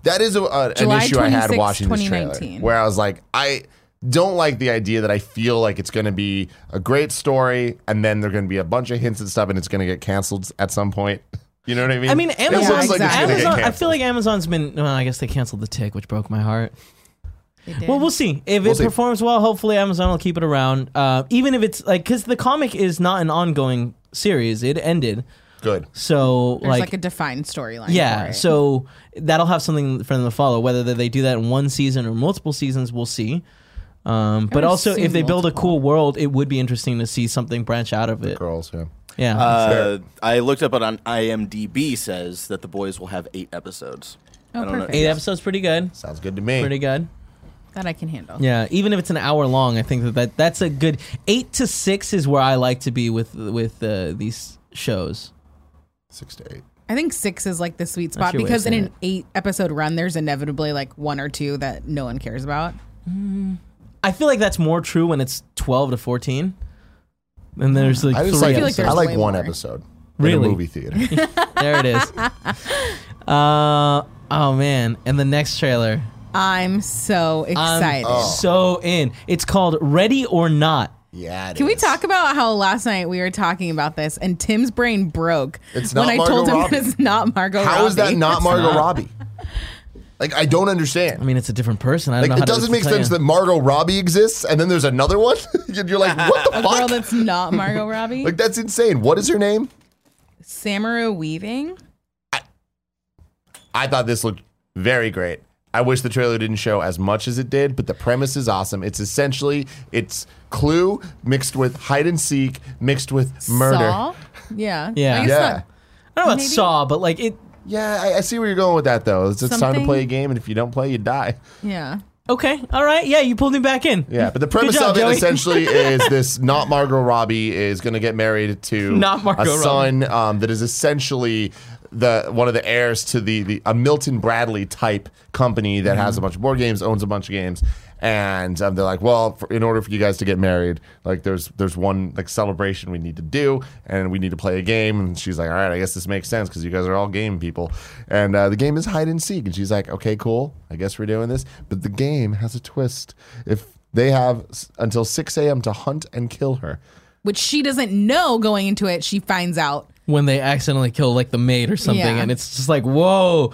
Speaker 2: That is a, a, an
Speaker 3: July
Speaker 2: issue I had
Speaker 3: 26th,
Speaker 2: watching this trailer,
Speaker 3: 2019.
Speaker 2: where I was like, I don't like the idea that I feel like it's going to be a great story, and then there's going to be a bunch of hints and stuff, and it's going to get canceled at some point. (laughs) You know what I mean?
Speaker 1: I mean,
Speaker 2: It
Speaker 1: Amazon.
Speaker 2: looks like it's
Speaker 3: exactly.
Speaker 2: gonna get
Speaker 1: Amazon I
Speaker 2: canceled.
Speaker 1: feel like Amazon's been. Well, I guess they canceled the tick, which broke my heart.
Speaker 3: They did.
Speaker 1: Well, we'll see. If
Speaker 2: We'll
Speaker 1: it
Speaker 2: see.
Speaker 1: performs well, hopefully Amazon will keep it around. Uh, even if it's like, because the comic is not an ongoing series, it ended.
Speaker 2: good.
Speaker 1: So,
Speaker 3: There's like,
Speaker 1: like,
Speaker 3: a defined storyline.
Speaker 1: yeah.
Speaker 3: for it.
Speaker 1: So that'll have something for them to follow. Whether they do that in one season or multiple seasons, we'll see. Um, but
Speaker 3: would
Speaker 1: also, if
Speaker 3: assume
Speaker 1: they build a
Speaker 3: multiple.
Speaker 1: cool world, it would be interesting to see something branch out of it.
Speaker 2: Girls, yeah.
Speaker 1: Yeah.
Speaker 4: Uh, I looked up it on IMDb. Says that the boys will have eight episodes.
Speaker 3: Oh,
Speaker 4: I don't know.
Speaker 3: perfect.
Speaker 1: Eight episodes, pretty good.
Speaker 2: Sounds good to me.
Speaker 1: Pretty good.
Speaker 3: that I can handle.
Speaker 1: Yeah, even if it's an hour long, I think that, that that's a good eight to six is where I like to be with with uh, these shows.
Speaker 2: Six to eight.
Speaker 3: I think six is like the sweet spot
Speaker 1: your way of
Speaker 3: because in
Speaker 1: saying
Speaker 3: an eight episode run, there's inevitably like one or two that no one cares about.
Speaker 1: I feel like that's more true when it's twelve to fourteen. And there's like
Speaker 2: I just
Speaker 1: three
Speaker 2: like, I,
Speaker 3: feel like
Speaker 1: episodes.
Speaker 3: there's
Speaker 2: like
Speaker 3: way
Speaker 2: one
Speaker 3: more.
Speaker 2: episode. In
Speaker 1: Really?
Speaker 2: a movie
Speaker 3: (laughs)
Speaker 2: theater.
Speaker 1: there it
Speaker 2: (laughs)
Speaker 1: is. Uh, oh man! And the next trailer,
Speaker 3: I'm so
Speaker 1: I'm oh.
Speaker 3: excited.
Speaker 2: Oh.
Speaker 1: so in. It's called Ready or Not.
Speaker 2: yeah. it
Speaker 3: Can we
Speaker 2: is.
Speaker 3: talk about how last night we were talking about this and Tim's brain broke
Speaker 2: It's
Speaker 3: when
Speaker 2: not
Speaker 3: I
Speaker 2: Margot
Speaker 3: told him (laughs)
Speaker 2: Robbie.
Speaker 3: that it's not Margot
Speaker 2: How is that
Speaker 3: Robbie.
Speaker 2: not Margot
Speaker 1: not.
Speaker 2: Robbie? Like, I don't understand.
Speaker 1: I mean, it's a different person. I don't know
Speaker 2: Like,
Speaker 1: how
Speaker 2: it doesn't
Speaker 1: to
Speaker 2: make
Speaker 1: explain
Speaker 2: sense
Speaker 1: it.
Speaker 2: that Margot Robbie exists, and then there's another one. (laughs)
Speaker 1: (laughs)
Speaker 2: and you're like, what the
Speaker 3: (laughs) Girl,
Speaker 2: fuck?
Speaker 3: that's not Margot Robbie.
Speaker 2: (laughs) Like that's insane. What is her name?
Speaker 3: Samara Weaving.
Speaker 2: I thought this looked very great. I wish the trailer didn't show as much as it did, but the premise is awesome. It's essentially it's Clue mixed with hide and seek mixed with murder.
Speaker 3: Saw? Yeah.
Speaker 1: Yeah.
Speaker 3: I guess
Speaker 2: Yeah.
Speaker 3: not-
Speaker 1: I don't know about
Speaker 3: Maybe.
Speaker 1: Saw, but like it.
Speaker 2: Yeah, I, I see where you're going with that though. It's, it's time to
Speaker 3: Something-
Speaker 2: play a game, and if you don't play, you die.
Speaker 3: yeah.
Speaker 1: Okay, all right, yeah, you pulled me back in.
Speaker 2: Yeah,
Speaker 1: (laughs)
Speaker 2: but the premise
Speaker 1: job,
Speaker 2: of it
Speaker 1: Joey. (laughs)
Speaker 2: essentially is this: not Margot Robbie is going to get married to
Speaker 1: Not Margot
Speaker 2: a
Speaker 1: Robbie.
Speaker 2: son um, that is essentially the one of the heirs to the, the a Milton Bradley type company that has a bunch of board games, owns a bunch of games, and um, they're like, well, for, in order for you guys to get married, like there's there's one like celebration we need to do, and we need to play a game. And she's like, all right, I guess this makes sense because you guys are all game people, and uh, the game is hide and seek. And she's like, okay, cool, I guess we're doing this, but the game has a twist. If they have s- until 6 a.m. to hunt and kill her.
Speaker 3: Which she doesn't know going into it. She finds out.
Speaker 1: When they accidentally kill like the maid or something,
Speaker 3: Yeah.
Speaker 1: and it's just like whoa,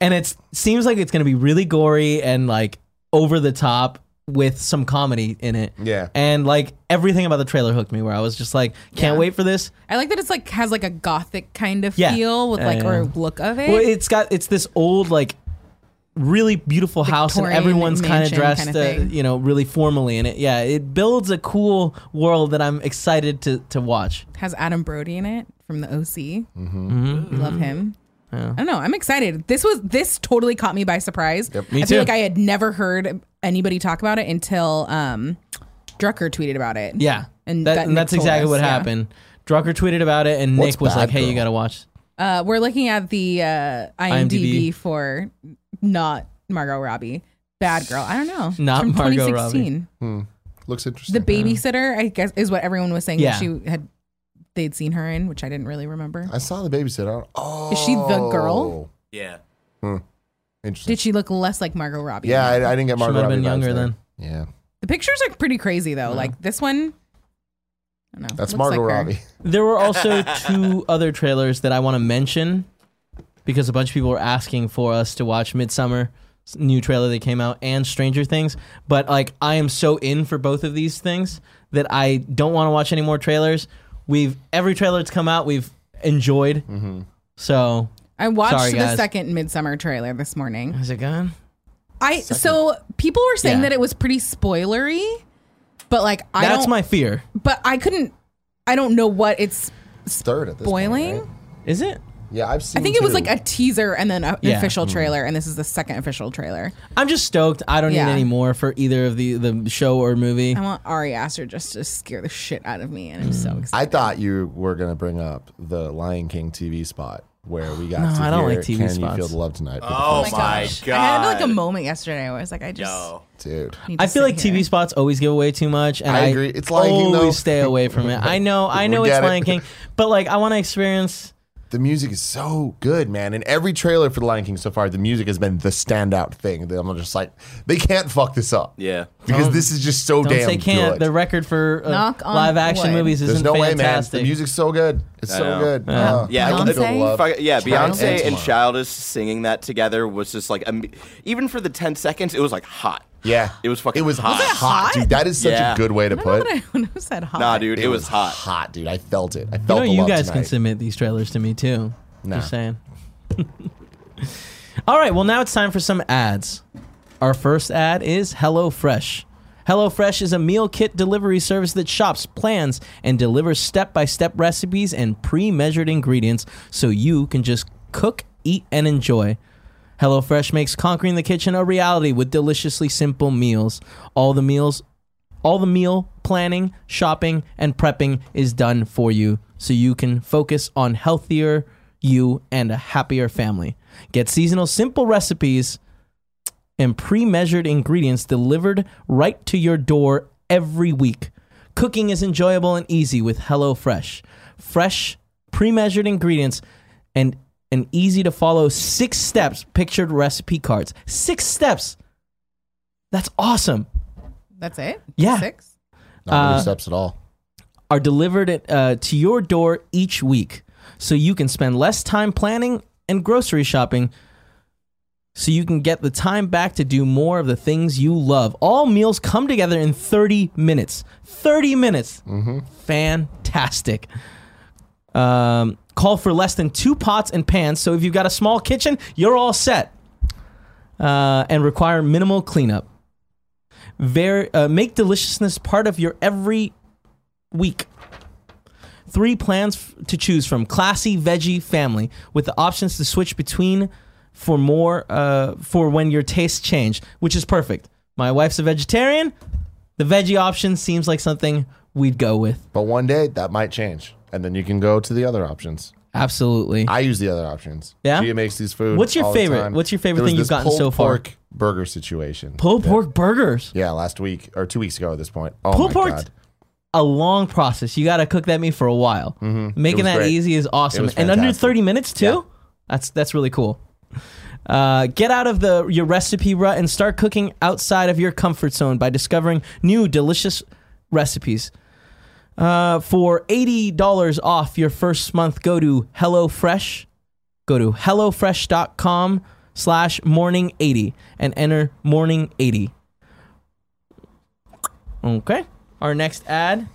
Speaker 1: and it seems like it's gonna be really gory and like over the top with some comedy in it.
Speaker 2: Yeah.
Speaker 1: and like everything about the trailer hooked me, where I was just like, can't wait for this.
Speaker 3: I like that it's like has like a gothic kind of
Speaker 1: Yeah.
Speaker 3: feel with
Speaker 1: Yeah,
Speaker 3: like
Speaker 1: yeah.
Speaker 3: or look of it.
Speaker 1: Well, it's got it's this old like really beautiful house, and
Speaker 3: Victorian
Speaker 1: everyone's kind of
Speaker 3: mansion
Speaker 1: dressed,
Speaker 3: kinda
Speaker 1: uh,
Speaker 3: thing.
Speaker 1: you know, really formally in it. Yeah, it builds a cool world that I'm excited to to watch.
Speaker 3: has Adam Brody in it from the OC.
Speaker 1: Mm-hmm.
Speaker 3: We love him. I don't know. I'm excited. This was this totally caught me by surprise.
Speaker 1: Me
Speaker 3: I feel
Speaker 1: too.
Speaker 3: like I had never heard anybody talk about it until um, Drucker tweeted about it.
Speaker 1: Yeah,
Speaker 3: And
Speaker 1: That-
Speaker 3: that Nick
Speaker 1: that's
Speaker 3: told
Speaker 1: exactly
Speaker 3: us,
Speaker 1: what
Speaker 3: yeah.
Speaker 1: happened. Drucker tweeted about it, and
Speaker 2: What's
Speaker 1: Nick was
Speaker 2: Bad
Speaker 1: like, "Hey, you
Speaker 2: Girl?
Speaker 1: gotta watch."
Speaker 3: Uh, we're looking at the uh, IMDb,
Speaker 1: IMDb.
Speaker 3: for not Margot Robbie. Bad girl. I don't know.
Speaker 1: Not
Speaker 3: From
Speaker 1: Margot
Speaker 3: 2016.
Speaker 2: Looks
Speaker 3: The
Speaker 2: interesting.
Speaker 3: babysitter, I guess, is what everyone was saying
Speaker 1: Yeah.
Speaker 3: that she had they'd seen her in, which I didn't really remember.
Speaker 2: I saw the babysitter. Oh,
Speaker 3: Is she the girl?
Speaker 4: Yeah.
Speaker 2: Interesting.
Speaker 3: Did she look less like Margot Robbie?
Speaker 2: yeah, I, I didn't get
Speaker 1: She
Speaker 2: Margot
Speaker 1: might have been
Speaker 2: Robbie vibes
Speaker 1: younger
Speaker 2: there.
Speaker 1: then.
Speaker 2: Yeah,
Speaker 3: The pictures are pretty crazy though. Like this one, I don't know.
Speaker 2: that's
Speaker 3: Looks
Speaker 2: Margot
Speaker 3: like her.
Speaker 2: Robbie. (laughs)
Speaker 1: There were also two other trailers that I want to mention because a bunch of people were asking for us to watch Midsummer new trailer that came out and Stranger Things, but like I am so in for both of these things that I don't want to watch any more trailers. We've every trailer that's come out we've enjoyed. So
Speaker 3: I watched
Speaker 1: Sorry,
Speaker 3: the
Speaker 1: guys.
Speaker 3: second Midsummer trailer
Speaker 1: (laughs)
Speaker 3: this morning.
Speaker 1: is it gone?
Speaker 3: I so people were saying
Speaker 1: Yeah.
Speaker 3: that it was pretty spoilery, but like I
Speaker 1: That's
Speaker 3: don't.
Speaker 1: my fear.
Speaker 3: but I couldn't. I don't know what it's
Speaker 2: It's third at this point,
Speaker 3: spoiling.
Speaker 2: right?
Speaker 1: Is it?
Speaker 2: Yeah, I've seen.
Speaker 3: I think it was
Speaker 2: two.
Speaker 3: like a teaser and then an
Speaker 1: Yeah.
Speaker 3: official trailer, and this is the second official trailer.
Speaker 1: I'm just stoked. I don't need
Speaker 3: Yeah.
Speaker 1: any more for either of the the show or movie.
Speaker 3: I want Ari Aster just to scare the shit out of me, and I'm
Speaker 1: Mm.
Speaker 3: so excited.
Speaker 2: I thought you were gonna bring up the Lion King TV spot where we got. to
Speaker 1: I don't
Speaker 2: hear
Speaker 1: like TV
Speaker 2: Can
Speaker 1: spots.
Speaker 2: You feel the love tonight? for the
Speaker 4: Oh
Speaker 2: first
Speaker 4: my
Speaker 2: time.
Speaker 4: god.
Speaker 3: I had like a moment yesterday where I was like, I just.
Speaker 4: Yo.
Speaker 2: dude.
Speaker 3: need to
Speaker 1: I feel
Speaker 3: sit
Speaker 1: like
Speaker 3: here.
Speaker 1: TV spots always give away too much, and I,
Speaker 2: I agree. It's Lion King,
Speaker 1: always
Speaker 2: though.
Speaker 1: stay away from it. I
Speaker 2: (laughs)
Speaker 1: know, I
Speaker 2: We
Speaker 1: know it's
Speaker 2: get it.
Speaker 1: Lion King, but like I want to experience.
Speaker 2: The music is so good, man. In every trailer for The Lion King so far, the music has been the standout thing. That I'm just like, they can't fuck this up.
Speaker 4: Yeah.
Speaker 2: Because this is just so
Speaker 1: Don't
Speaker 2: damn
Speaker 1: say can't.
Speaker 2: good.
Speaker 1: The record for uh,
Speaker 3: Knock on
Speaker 1: live action
Speaker 3: wood.
Speaker 1: movies
Speaker 2: There's
Speaker 1: isn't
Speaker 2: no way,
Speaker 1: fantastic.
Speaker 2: man. The music's so good. It's
Speaker 4: I
Speaker 2: so
Speaker 4: know.
Speaker 2: good. Uh,
Speaker 4: Yeah,
Speaker 2: I can
Speaker 4: Beyonce?
Speaker 2: feel love.
Speaker 4: Fuck it, yeah,
Speaker 2: Child
Speaker 4: Beyonce and
Speaker 2: tomorrow.
Speaker 4: Childish singing that together was just like, um, even for the 10 seconds, it was like hot.
Speaker 2: Yeah,
Speaker 4: It was fucking
Speaker 2: It was
Speaker 4: hot.
Speaker 2: hot, dude. That is such
Speaker 4: Yeah.
Speaker 2: a good way to
Speaker 3: I don't know
Speaker 2: put.
Speaker 3: that I would have said hot.
Speaker 4: Nah, dude, it, was, hot.
Speaker 2: hot, dude. I felt it. I
Speaker 1: you
Speaker 2: felt
Speaker 1: know,
Speaker 2: the
Speaker 1: you
Speaker 2: love
Speaker 1: guys can
Speaker 2: tonight.
Speaker 1: submit these trailers to me too.
Speaker 2: Nah.
Speaker 1: Just saying. (laughs) All right, well now it's time for some ads. Our first ad is HelloFresh. HelloFresh is a meal kit delivery service that shops, plans, and delivers step by step recipes and pre measured ingredients so you can just cook, eat, and enjoy. HelloFresh makes conquering the kitchen a reality with deliciously simple meals. All the meals, all the meal planning, shopping, and prepping is done for you so you can focus on healthier you and a happier family. Get seasonal simple recipes and pre measured ingredients delivered right to your door every week. Cooking is enjoyable and easy with HelloFresh. Fresh, pre measured ingredients and an easy to follow six steps pictured recipe cards. Six steps! That's awesome.
Speaker 3: That's it?
Speaker 1: Yeah.
Speaker 3: Six?
Speaker 2: Not many
Speaker 1: Uh,
Speaker 2: steps at all.
Speaker 1: Are delivered at, uh, to your door each week so you can spend less time planning and grocery shopping so you can get the time back to do more of the things you love. All meals come together in 30 minutes. 30 minutes. Fantastic. Um, call for less than two pots and pans. So if you've got a small kitchen, you're all set. uh, and require minimal cleanup. Ver- uh, make deliciousness part of your every week. Three plans f- to choose from: classy, veggie, family, with the options to switch between for more uh, for when your tastes change, which is perfect. My wife's a vegetarian. The veggie option seems like something we'd go with.
Speaker 2: But one day that might change, and then you can go to the other options.
Speaker 1: Absolutely.
Speaker 2: I use the other options.
Speaker 1: Yeah?
Speaker 2: Gia makes these food.
Speaker 1: What's your
Speaker 2: all the
Speaker 1: favorite-
Speaker 2: time.
Speaker 1: what's your favorite
Speaker 2: There was
Speaker 1: thing you've
Speaker 2: this
Speaker 1: gotten
Speaker 2: pulled
Speaker 1: so far?
Speaker 2: Pork burger situation.
Speaker 1: Pulled pork burgers.
Speaker 2: Yeah, last week or two weeks ago at this point. Oh
Speaker 1: Pulled
Speaker 2: my
Speaker 1: pork-
Speaker 2: god,
Speaker 1: A long process. You got to cook that meat for a while. Making
Speaker 2: Mm-hmm. was
Speaker 1: that
Speaker 2: great.
Speaker 1: easy is awesome,
Speaker 2: was
Speaker 1: and under
Speaker 2: fantastic.
Speaker 1: thirty minutes too. That's that's really cool. Uh, get out of the your recipe rut and start cooking outside of your comfort zone by discovering new delicious recipes. Uh, for eighty dollars off your first month, go to HelloFresh. Go to hellofresh.com slash morning eighty and enter morning eighty. Okay. Our next ad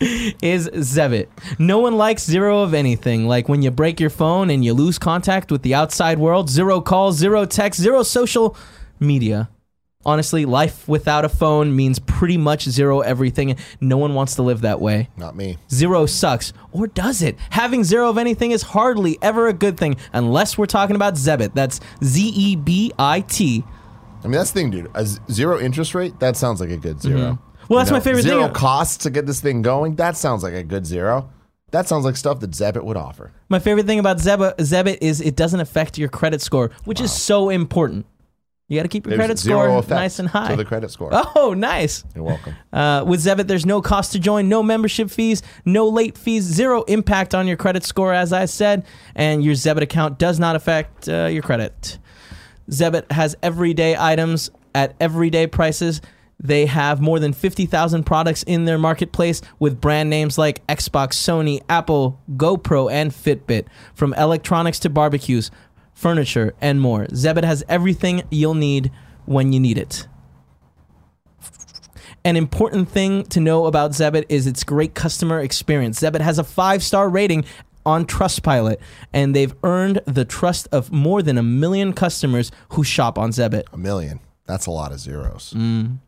Speaker 1: is Zebit. No one likes zero of anything. Like when you break your phone and you lose contact with the outside world, zero calls, zero text, zero social media. Honestly, life without a phone means pretty much zero everything. No one wants to live that way.
Speaker 2: not me.
Speaker 1: Zero sucks, or does it? Having zero of anything is hardly ever a good thing unless we're talking about Zebit. That's Z E B I T.
Speaker 2: I mean, that's the thing, dude. A z- zero interest rate, that sounds like a good 0
Speaker 1: Well, that's my favorite
Speaker 2: zero
Speaker 1: thing.
Speaker 2: cost to get this thing going, that sounds like a good zero. That sounds like stuff that Zebit would offer.
Speaker 1: My favorite thing about Zeba, Zebit is it doesn't affect your credit score, which is so important. You got to keep your
Speaker 2: There's
Speaker 1: credit
Speaker 2: zero
Speaker 1: score
Speaker 2: effect
Speaker 1: nice and high.
Speaker 2: to the credit score.
Speaker 1: Oh, nice.
Speaker 2: You're welcome.
Speaker 1: Uh, with Zebit, there's no cost to join, no membership fees, no late fees, zero impact on your credit score, as I said, and your Zebit account does not affect uh, your credit. Zebit has everyday items at everyday prices. They have more than 50,000 products in their marketplace with brand names like Xbox, Sony, Apple, GoPro, and Fitbit. From electronics to barbecues, furniture, and more. Zebit has everything you'll need when you need it. An important thing to know about Zebit is its great customer experience. Zebit has a five star rating on Trustpilot, and they've earned the trust of more than a million customers who shop on Zebit.
Speaker 2: A million. That's a lot of zeros.
Speaker 1: Mm.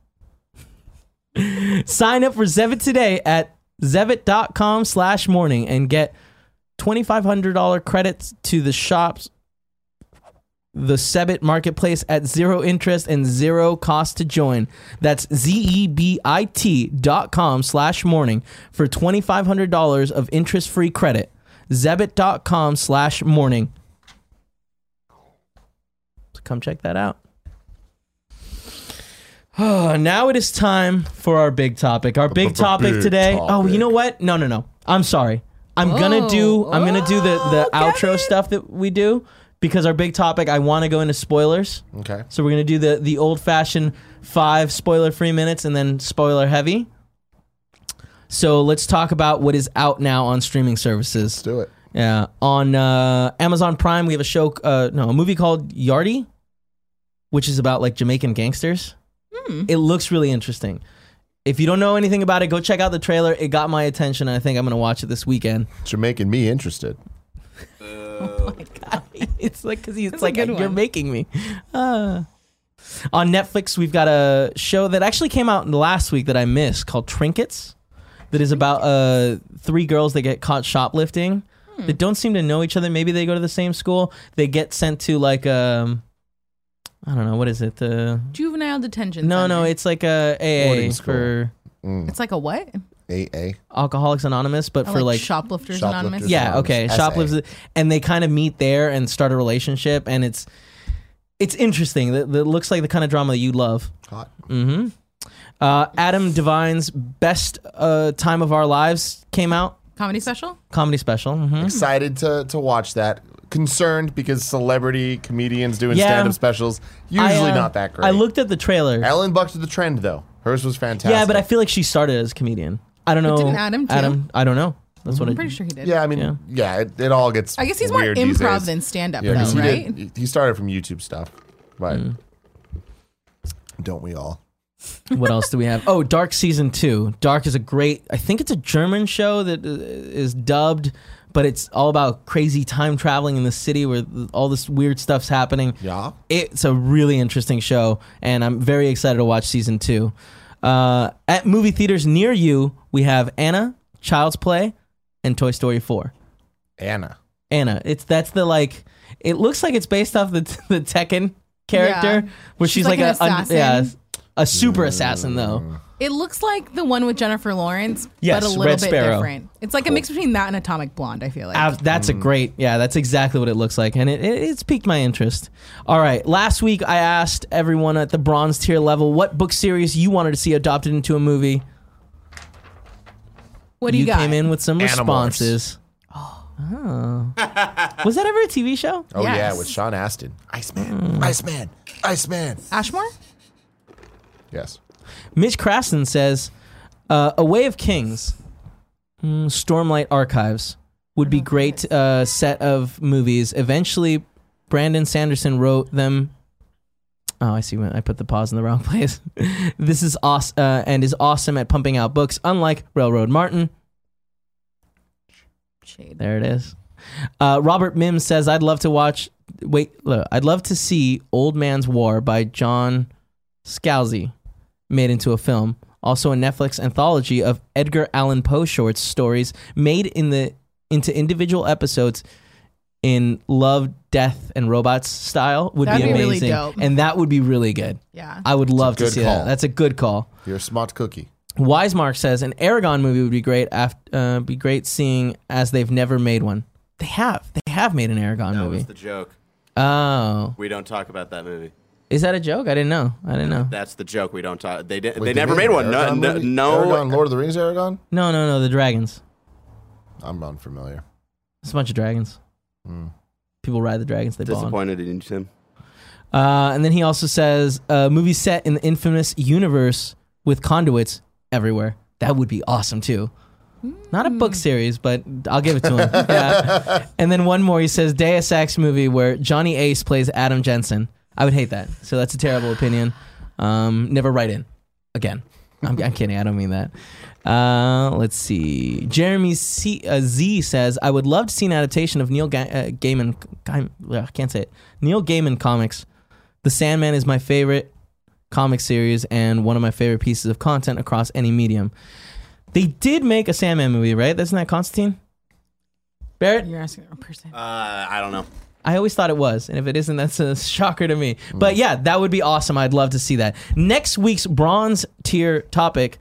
Speaker 1: Sign up for Zebit today at zebit.com slash morning and get $2,500 credits to the shops, the Zebit marketplace at zero interest and zero cost to join. That's E Z-E-B-I-T dot com slash morning for $2,500 of interest-free credit. Zebit.com slash morning. So come check that out. Uh, now it is time for our big topic. Our big topic
Speaker 2: big
Speaker 1: today. Oh, you
Speaker 2: topic.
Speaker 1: know what? No, no, no. I'm sorry. I'm gonna
Speaker 3: Whoa.
Speaker 1: do. I'm gonna do the the
Speaker 3: Oh,
Speaker 1: outro
Speaker 3: Kevin.
Speaker 1: stuff that we do because our big topic. I want to go into spoilers,
Speaker 2: Okay.
Speaker 1: so we're gonna do the the old fashioned five spoiler free minutes and then spoiler heavy. So let's talk about what is out now on streaming services.
Speaker 2: Let's do it.
Speaker 1: Yeah, on uh, Amazon Prime, we have a show, uh, no, a movie called Yardi, which is about like Jamaican gangsters. It looks really interesting. If you don't know anything about it, go check out the trailer. It got my attention, and I think I'm gonna watch it this weekend.
Speaker 2: Jamaican me interested.
Speaker 1: (laughs) it's like because he's
Speaker 3: That's a
Speaker 1: like
Speaker 3: good
Speaker 1: you're
Speaker 3: one.
Speaker 1: making me. Ah. on Netflix, we've got a show that actually came out last week that I missed called Trinkets, that is about uh three girls that get caught shoplifting
Speaker 3: Hmm.
Speaker 1: that don't seem to know each other. Maybe they go to the same school. They get sent to like um, I don't know what is it. Uh,
Speaker 3: Juvenile detention.
Speaker 1: no, no,
Speaker 3: center.
Speaker 1: it's like a AA
Speaker 2: Boarding school.
Speaker 1: for
Speaker 3: it's like a what?
Speaker 2: AA.
Speaker 1: Alcoholics Anonymous, but for like
Speaker 2: Shoplifters
Speaker 3: shoplifters, anonymous.
Speaker 2: Anonymous.
Speaker 1: Yeah, okay.
Speaker 2: SA.
Speaker 1: Shoplifters, and they kind of meet there and start a relationship, and it's it's interesting. That, that looks like the kind of drama that you love.
Speaker 2: Hot.
Speaker 1: Mm-hmm. Uh, Adam Devine's best uh, time of our lives came out
Speaker 3: comedy special.
Speaker 1: comedy special. hmm
Speaker 2: Excited to to watch that. Concerned because celebrity comedians doing
Speaker 1: Yeah.
Speaker 2: stand up specials usually
Speaker 1: I, uh,
Speaker 2: not that great.
Speaker 1: I looked at the trailer.
Speaker 2: Ellen bucked the trend though. Hers was fantastic.
Speaker 1: yeah, but I feel like she started as a comedian. I don't know.
Speaker 3: didn't Adam too?
Speaker 1: Adam, I don't know. That's what
Speaker 3: I'm
Speaker 1: I-
Speaker 3: pretty sure he did.
Speaker 2: Yeah, I mean,
Speaker 1: Yeah.
Speaker 2: yeah, it, it all gets.
Speaker 3: I guess he's more
Speaker 2: weird these
Speaker 3: improv
Speaker 2: days.
Speaker 3: than stand up,
Speaker 2: Yeah,
Speaker 3: though,
Speaker 2: because he
Speaker 3: right?
Speaker 2: did. He started from YouTube stuff, but don't we all?
Speaker 1: what else do we have? Oh, Dark season two. Dark is a great. I think it's a German show that uh, is dubbed but it's all about crazy time traveling in the city where th- all this weird stuff's happening.
Speaker 2: Yeah.
Speaker 1: It's a really interesting show, and I'm very excited to watch season two. Uh, at movie theaters near you, we have Anna, Child's Play, and Toy Story 4.
Speaker 2: Anna.
Speaker 1: Anna. It's that's the like. It looks like it's based off the (laughs) the Tekken character,
Speaker 3: Yeah.
Speaker 1: where she's,
Speaker 3: She's
Speaker 1: like,
Speaker 3: like an
Speaker 1: a un-
Speaker 3: assassin.
Speaker 1: yeah, a super assassin though.
Speaker 3: It looks like the one with Jennifer Lawrence,
Speaker 1: Yes,
Speaker 3: but a little
Speaker 1: Red
Speaker 3: bit
Speaker 1: Sparrow.
Speaker 3: different. It's like a mix between that and Atomic Blonde. I feel like.
Speaker 1: Ab- that's a great yeah that's exactly what it looks like and it, it, it's piqued my interest all right last week i asked everyone at the bronze tier level what book series you wanted to see adopted into a movie
Speaker 3: what do you, got?
Speaker 1: came in with some
Speaker 2: Animorphs.
Speaker 1: responses oh. (laughs) was that ever a tv show
Speaker 2: Oh yeah,
Speaker 3: Yes.
Speaker 2: with Sean Astin. Iceman. Iceman. Iceman.
Speaker 3: Ashmore.
Speaker 2: Yes.
Speaker 1: mitch crafton says uh, a way of kings Mm, stormlight archives would be great uh, set of movies eventually brandon sanderson wrote them Oh, I see. when I put the pause in the wrong (laughs) place. this is awesome uh, and is awesome at pumping out books, unlike Railroad Martin.
Speaker 3: Shade.
Speaker 1: There it is. Uh, Robert Mims says, "I'd love to watch. Wait, look, I'd love to see Old Man's War by John Scalzi made into a film. Also, a Netflix anthology of Edgar Allan Poe short stories made in the into individual episodes." In love, death, and robots style would
Speaker 3: That'd
Speaker 1: be
Speaker 3: be really
Speaker 1: amazing,
Speaker 3: dope.
Speaker 1: and that would be really good.
Speaker 3: Yeah.
Speaker 1: I would love to
Speaker 2: good
Speaker 1: see
Speaker 2: call.
Speaker 1: that. That's a good call.
Speaker 2: You're a smart cookie.
Speaker 1: Wisemark says an Aragon movie would be great. Af- uh, be great seeing as they've never made one. They have. They have made an Aragon
Speaker 4: That
Speaker 1: movie.
Speaker 4: was the joke.
Speaker 1: oh,
Speaker 4: We don't talk about that movie.
Speaker 1: is that a joke? I didn't know. I didn't know.
Speaker 4: That's the joke. We don't talk. They did.
Speaker 2: Wait,
Speaker 4: they
Speaker 2: they
Speaker 4: never made
Speaker 2: an
Speaker 4: one. No,
Speaker 2: Aragon
Speaker 4: no,
Speaker 2: movie?
Speaker 4: no-
Speaker 2: Aragon, Lord of the Rings Aragon?
Speaker 1: No, no, no. The dragons.
Speaker 2: I'm unfamiliar. Mm.
Speaker 1: It's a bunch of dragons. People ride the dragons. They bond.
Speaker 4: disappointed in you, Tim.
Speaker 1: Uh, and then he also says a movie set in the infamous universe with conduits everywhere. That would be awesome too. Not a book series, but I'll give it to him. Yeah. And then one more. He says Deus Ex movie where Johnny Ace plays Adam Jensen. I would hate that. So that's a terrible opinion. Um, never write in again. I'm, I'm kidding. I don't mean that. Uh, let's see. Jeremy C, uh, Z says, I would love to see an adaptation of Neil Ga- uh, Gaiman. Gaiman ugh, I can't say it. Neil Gaiman comics. The Sandman is my favorite comic series and one of my favorite pieces of content across any medium. They did make a Sandman movie, right? That's not Constantine? Barrett?
Speaker 3: You're asking a person.
Speaker 4: Uh, I don't know.
Speaker 1: I always thought it was, and if it isn't, that's a (laughs) shocker to me.
Speaker 2: Mm.
Speaker 1: But yeah, that would be awesome. I'd love to see that. Next week's bronze tier topic: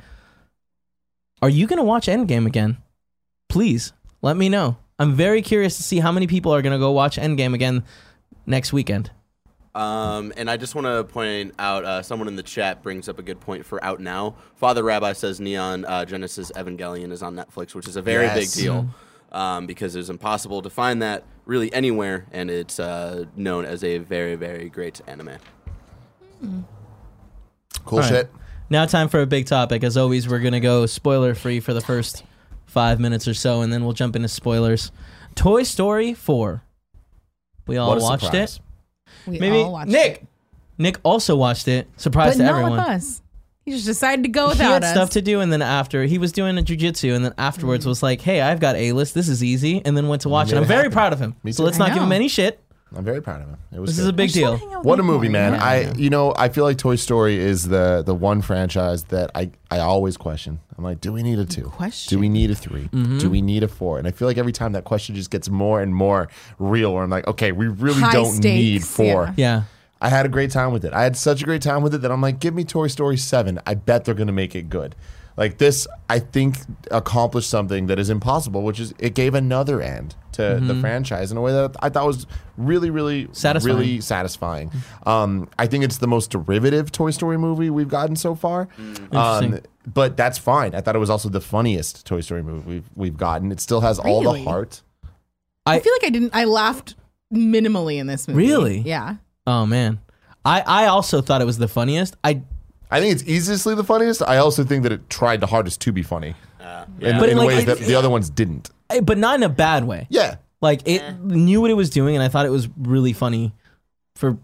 Speaker 1: Are you going to watch Endgame again? Please let me know. I'm very curious to see how many people are going to go watch Endgame again next weekend.
Speaker 4: Um, and I just want to point out uh, someone in the chat brings up a good point for Out Now. Father Rabbi says Neon uh, Genesis Evangelion is on Netflix, which is a very
Speaker 2: Yes.
Speaker 4: big deal um, because it was impossible to find that really anywhere, and it's uh, known as a very, very great anime.
Speaker 2: Cool
Speaker 1: All right.
Speaker 2: shit.
Speaker 1: Now, time for a big topic. As always, we're going to go spoiler free for the first five minutes or so, and then we'll jump into spoilers. Toy Story 4. We all
Speaker 2: What a
Speaker 1: watched
Speaker 2: surprise.
Speaker 1: it.
Speaker 3: We
Speaker 1: Maybe
Speaker 3: all watched
Speaker 1: Nick.
Speaker 3: it.
Speaker 1: Nick also watched it. Surprise
Speaker 3: but
Speaker 1: to
Speaker 3: not
Speaker 1: everyone.
Speaker 3: with us. He just decided to go
Speaker 1: he had
Speaker 3: without us.
Speaker 1: stuff to do, and then after he was doing a jujitsu, and then
Speaker 3: Mm.
Speaker 1: afterwards was like, "Hey, I've got a list. This is easy," and then went to watch it.
Speaker 2: made
Speaker 1: I'm
Speaker 2: it
Speaker 1: very
Speaker 2: happen.
Speaker 1: proud of him.
Speaker 2: Me
Speaker 1: So
Speaker 2: too.
Speaker 1: let's
Speaker 3: I
Speaker 1: not give him
Speaker 3: know.
Speaker 1: any shit.
Speaker 2: I'm very proud of him. It was
Speaker 1: This
Speaker 2: good.
Speaker 1: is a big
Speaker 3: Just wanna
Speaker 1: deal.
Speaker 3: hang out with
Speaker 2: What a
Speaker 3: you
Speaker 2: movie,
Speaker 3: more,
Speaker 2: man!
Speaker 3: yeah.
Speaker 2: I, you know, I feel like Toy Story is the the one franchise that I I always question. I'm like, do we need a two?
Speaker 3: Question. Mm-hmm.
Speaker 2: Do we need a 3 Do we need a four? And I feel like every time that question just gets more and more real. Where I'm like, okay, we really
Speaker 3: High
Speaker 2: don't need
Speaker 3: stakes,
Speaker 2: four.
Speaker 3: yeah.
Speaker 1: Yeah.
Speaker 2: I had a great time with it. I had such a great time with it that I'm like, give me Toy Story 7. I bet they're going to make it good. Like this, I think accomplished something that is impossible, which is it gave another end to the franchise in a way that I thought was really, really,
Speaker 1: Mm-hmm. Satisfying.
Speaker 2: really satisfying. Um, I think it's the most derivative Toy Story movie we've gotten so far. Um,
Speaker 1: Mm. Interesting.
Speaker 2: but that's fine. I thought it was also the funniest Toy Story movie we've, we've gotten. It still has all the
Speaker 3: Really?
Speaker 2: heart.
Speaker 1: I-
Speaker 3: I feel like I didn't. I laughed minimally in this movie.
Speaker 1: Really?
Speaker 3: Yeah.
Speaker 1: Oh man, I I also thought it was the funniest. I
Speaker 2: I think it's easily the funniest. I also think that it tried the hardest to be funny. in,
Speaker 1: But
Speaker 2: in
Speaker 1: like,
Speaker 2: ways
Speaker 1: it-
Speaker 2: that the other ones didn't.
Speaker 1: I- but not in a bad way.
Speaker 2: Yeah.
Speaker 1: Like it knew what it was doing, and I thought it was really funny. For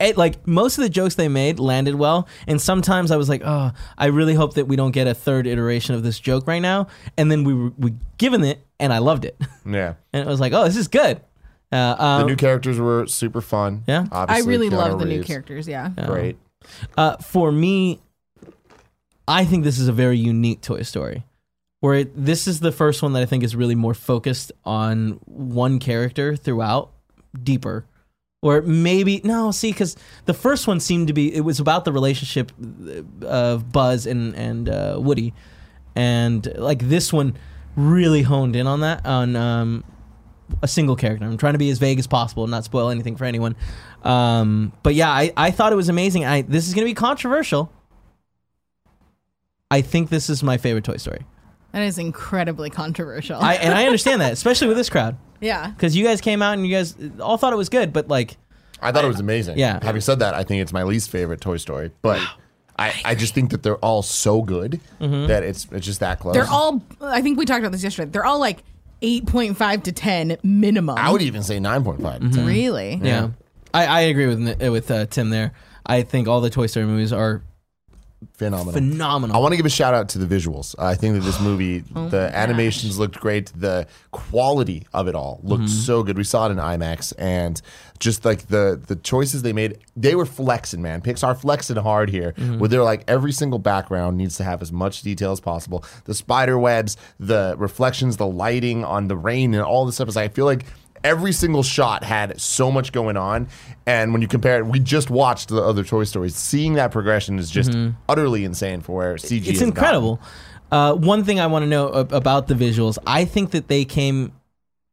Speaker 1: it, like most of the jokes they made landed well, and sometimes I was like, "Oh, I really hope that we don't get a third iteration of this joke right now." And then we were we given it, and I loved it. (laughs)
Speaker 2: Yeah.
Speaker 1: And it was like, oh, this is good. Uh,
Speaker 2: The
Speaker 1: um,
Speaker 2: new characters were super fun.
Speaker 1: Yeah.
Speaker 3: I
Speaker 2: Obviously,
Speaker 3: really
Speaker 2: Keanu
Speaker 3: love the new
Speaker 2: Reeves,
Speaker 3: characters. Yeah.
Speaker 2: Great.
Speaker 1: uh, for me, I think this is a very unique Toy Story, where it, this is the first one that I think is really more focused on one character throughout, deeper. Or maybe no, see, because the first one seemed to be it was about the relationship uh, of Buzz and and uh, Woody, and like this one really honed in on that on um, a single character. I'm trying to be as vague as possible, and not spoil anything for anyone. Um, but yeah, I, I thought it was amazing. I this is gonna be controversial. I think this is my favorite Toy Story.
Speaker 3: That is incredibly controversial.
Speaker 1: I and I understand that, especially with this crowd,
Speaker 3: yeah.
Speaker 1: because you guys came out and you guys all thought it was good, but like,
Speaker 2: I thought it was amazing.
Speaker 1: Yeah.
Speaker 2: Having said that, I think it's my least favorite Toy Story, but I, I just think that they're all so good
Speaker 1: Mm-hmm.
Speaker 2: that it's it's just that close.
Speaker 3: They're all, I think we talked about this yesterday. They're all like 8.5 to 10 minimum.
Speaker 2: I would even say nine point five.
Speaker 1: Mm-hmm.
Speaker 3: Really?
Speaker 1: yeah, I, I agree with uh, with uh, Tim there. I think all the Toy Story movies are
Speaker 2: Phenomenal.
Speaker 1: phenomenal.
Speaker 2: I want to give a shout out to the visuals. I think that this movie, the animations looked great. The quality of it all looked so good. We saw it in IMAX, and just like the the choices they made, they were flexing, man. Pixar flexing hard here, where they're like every single background needs to have as much detail as possible. The spider webs, the reflections, the lighting on the rain, and all this stuff is. I feel like. Every single shot had so much going on. And when you compare it, we just watched the other Toy Stories. Seeing that progression is just utterly insane for where CG
Speaker 1: Mm-hmm. it's
Speaker 2: has
Speaker 1: incredible. Uh, one thing I want to know ab- about the visuals, I think that they came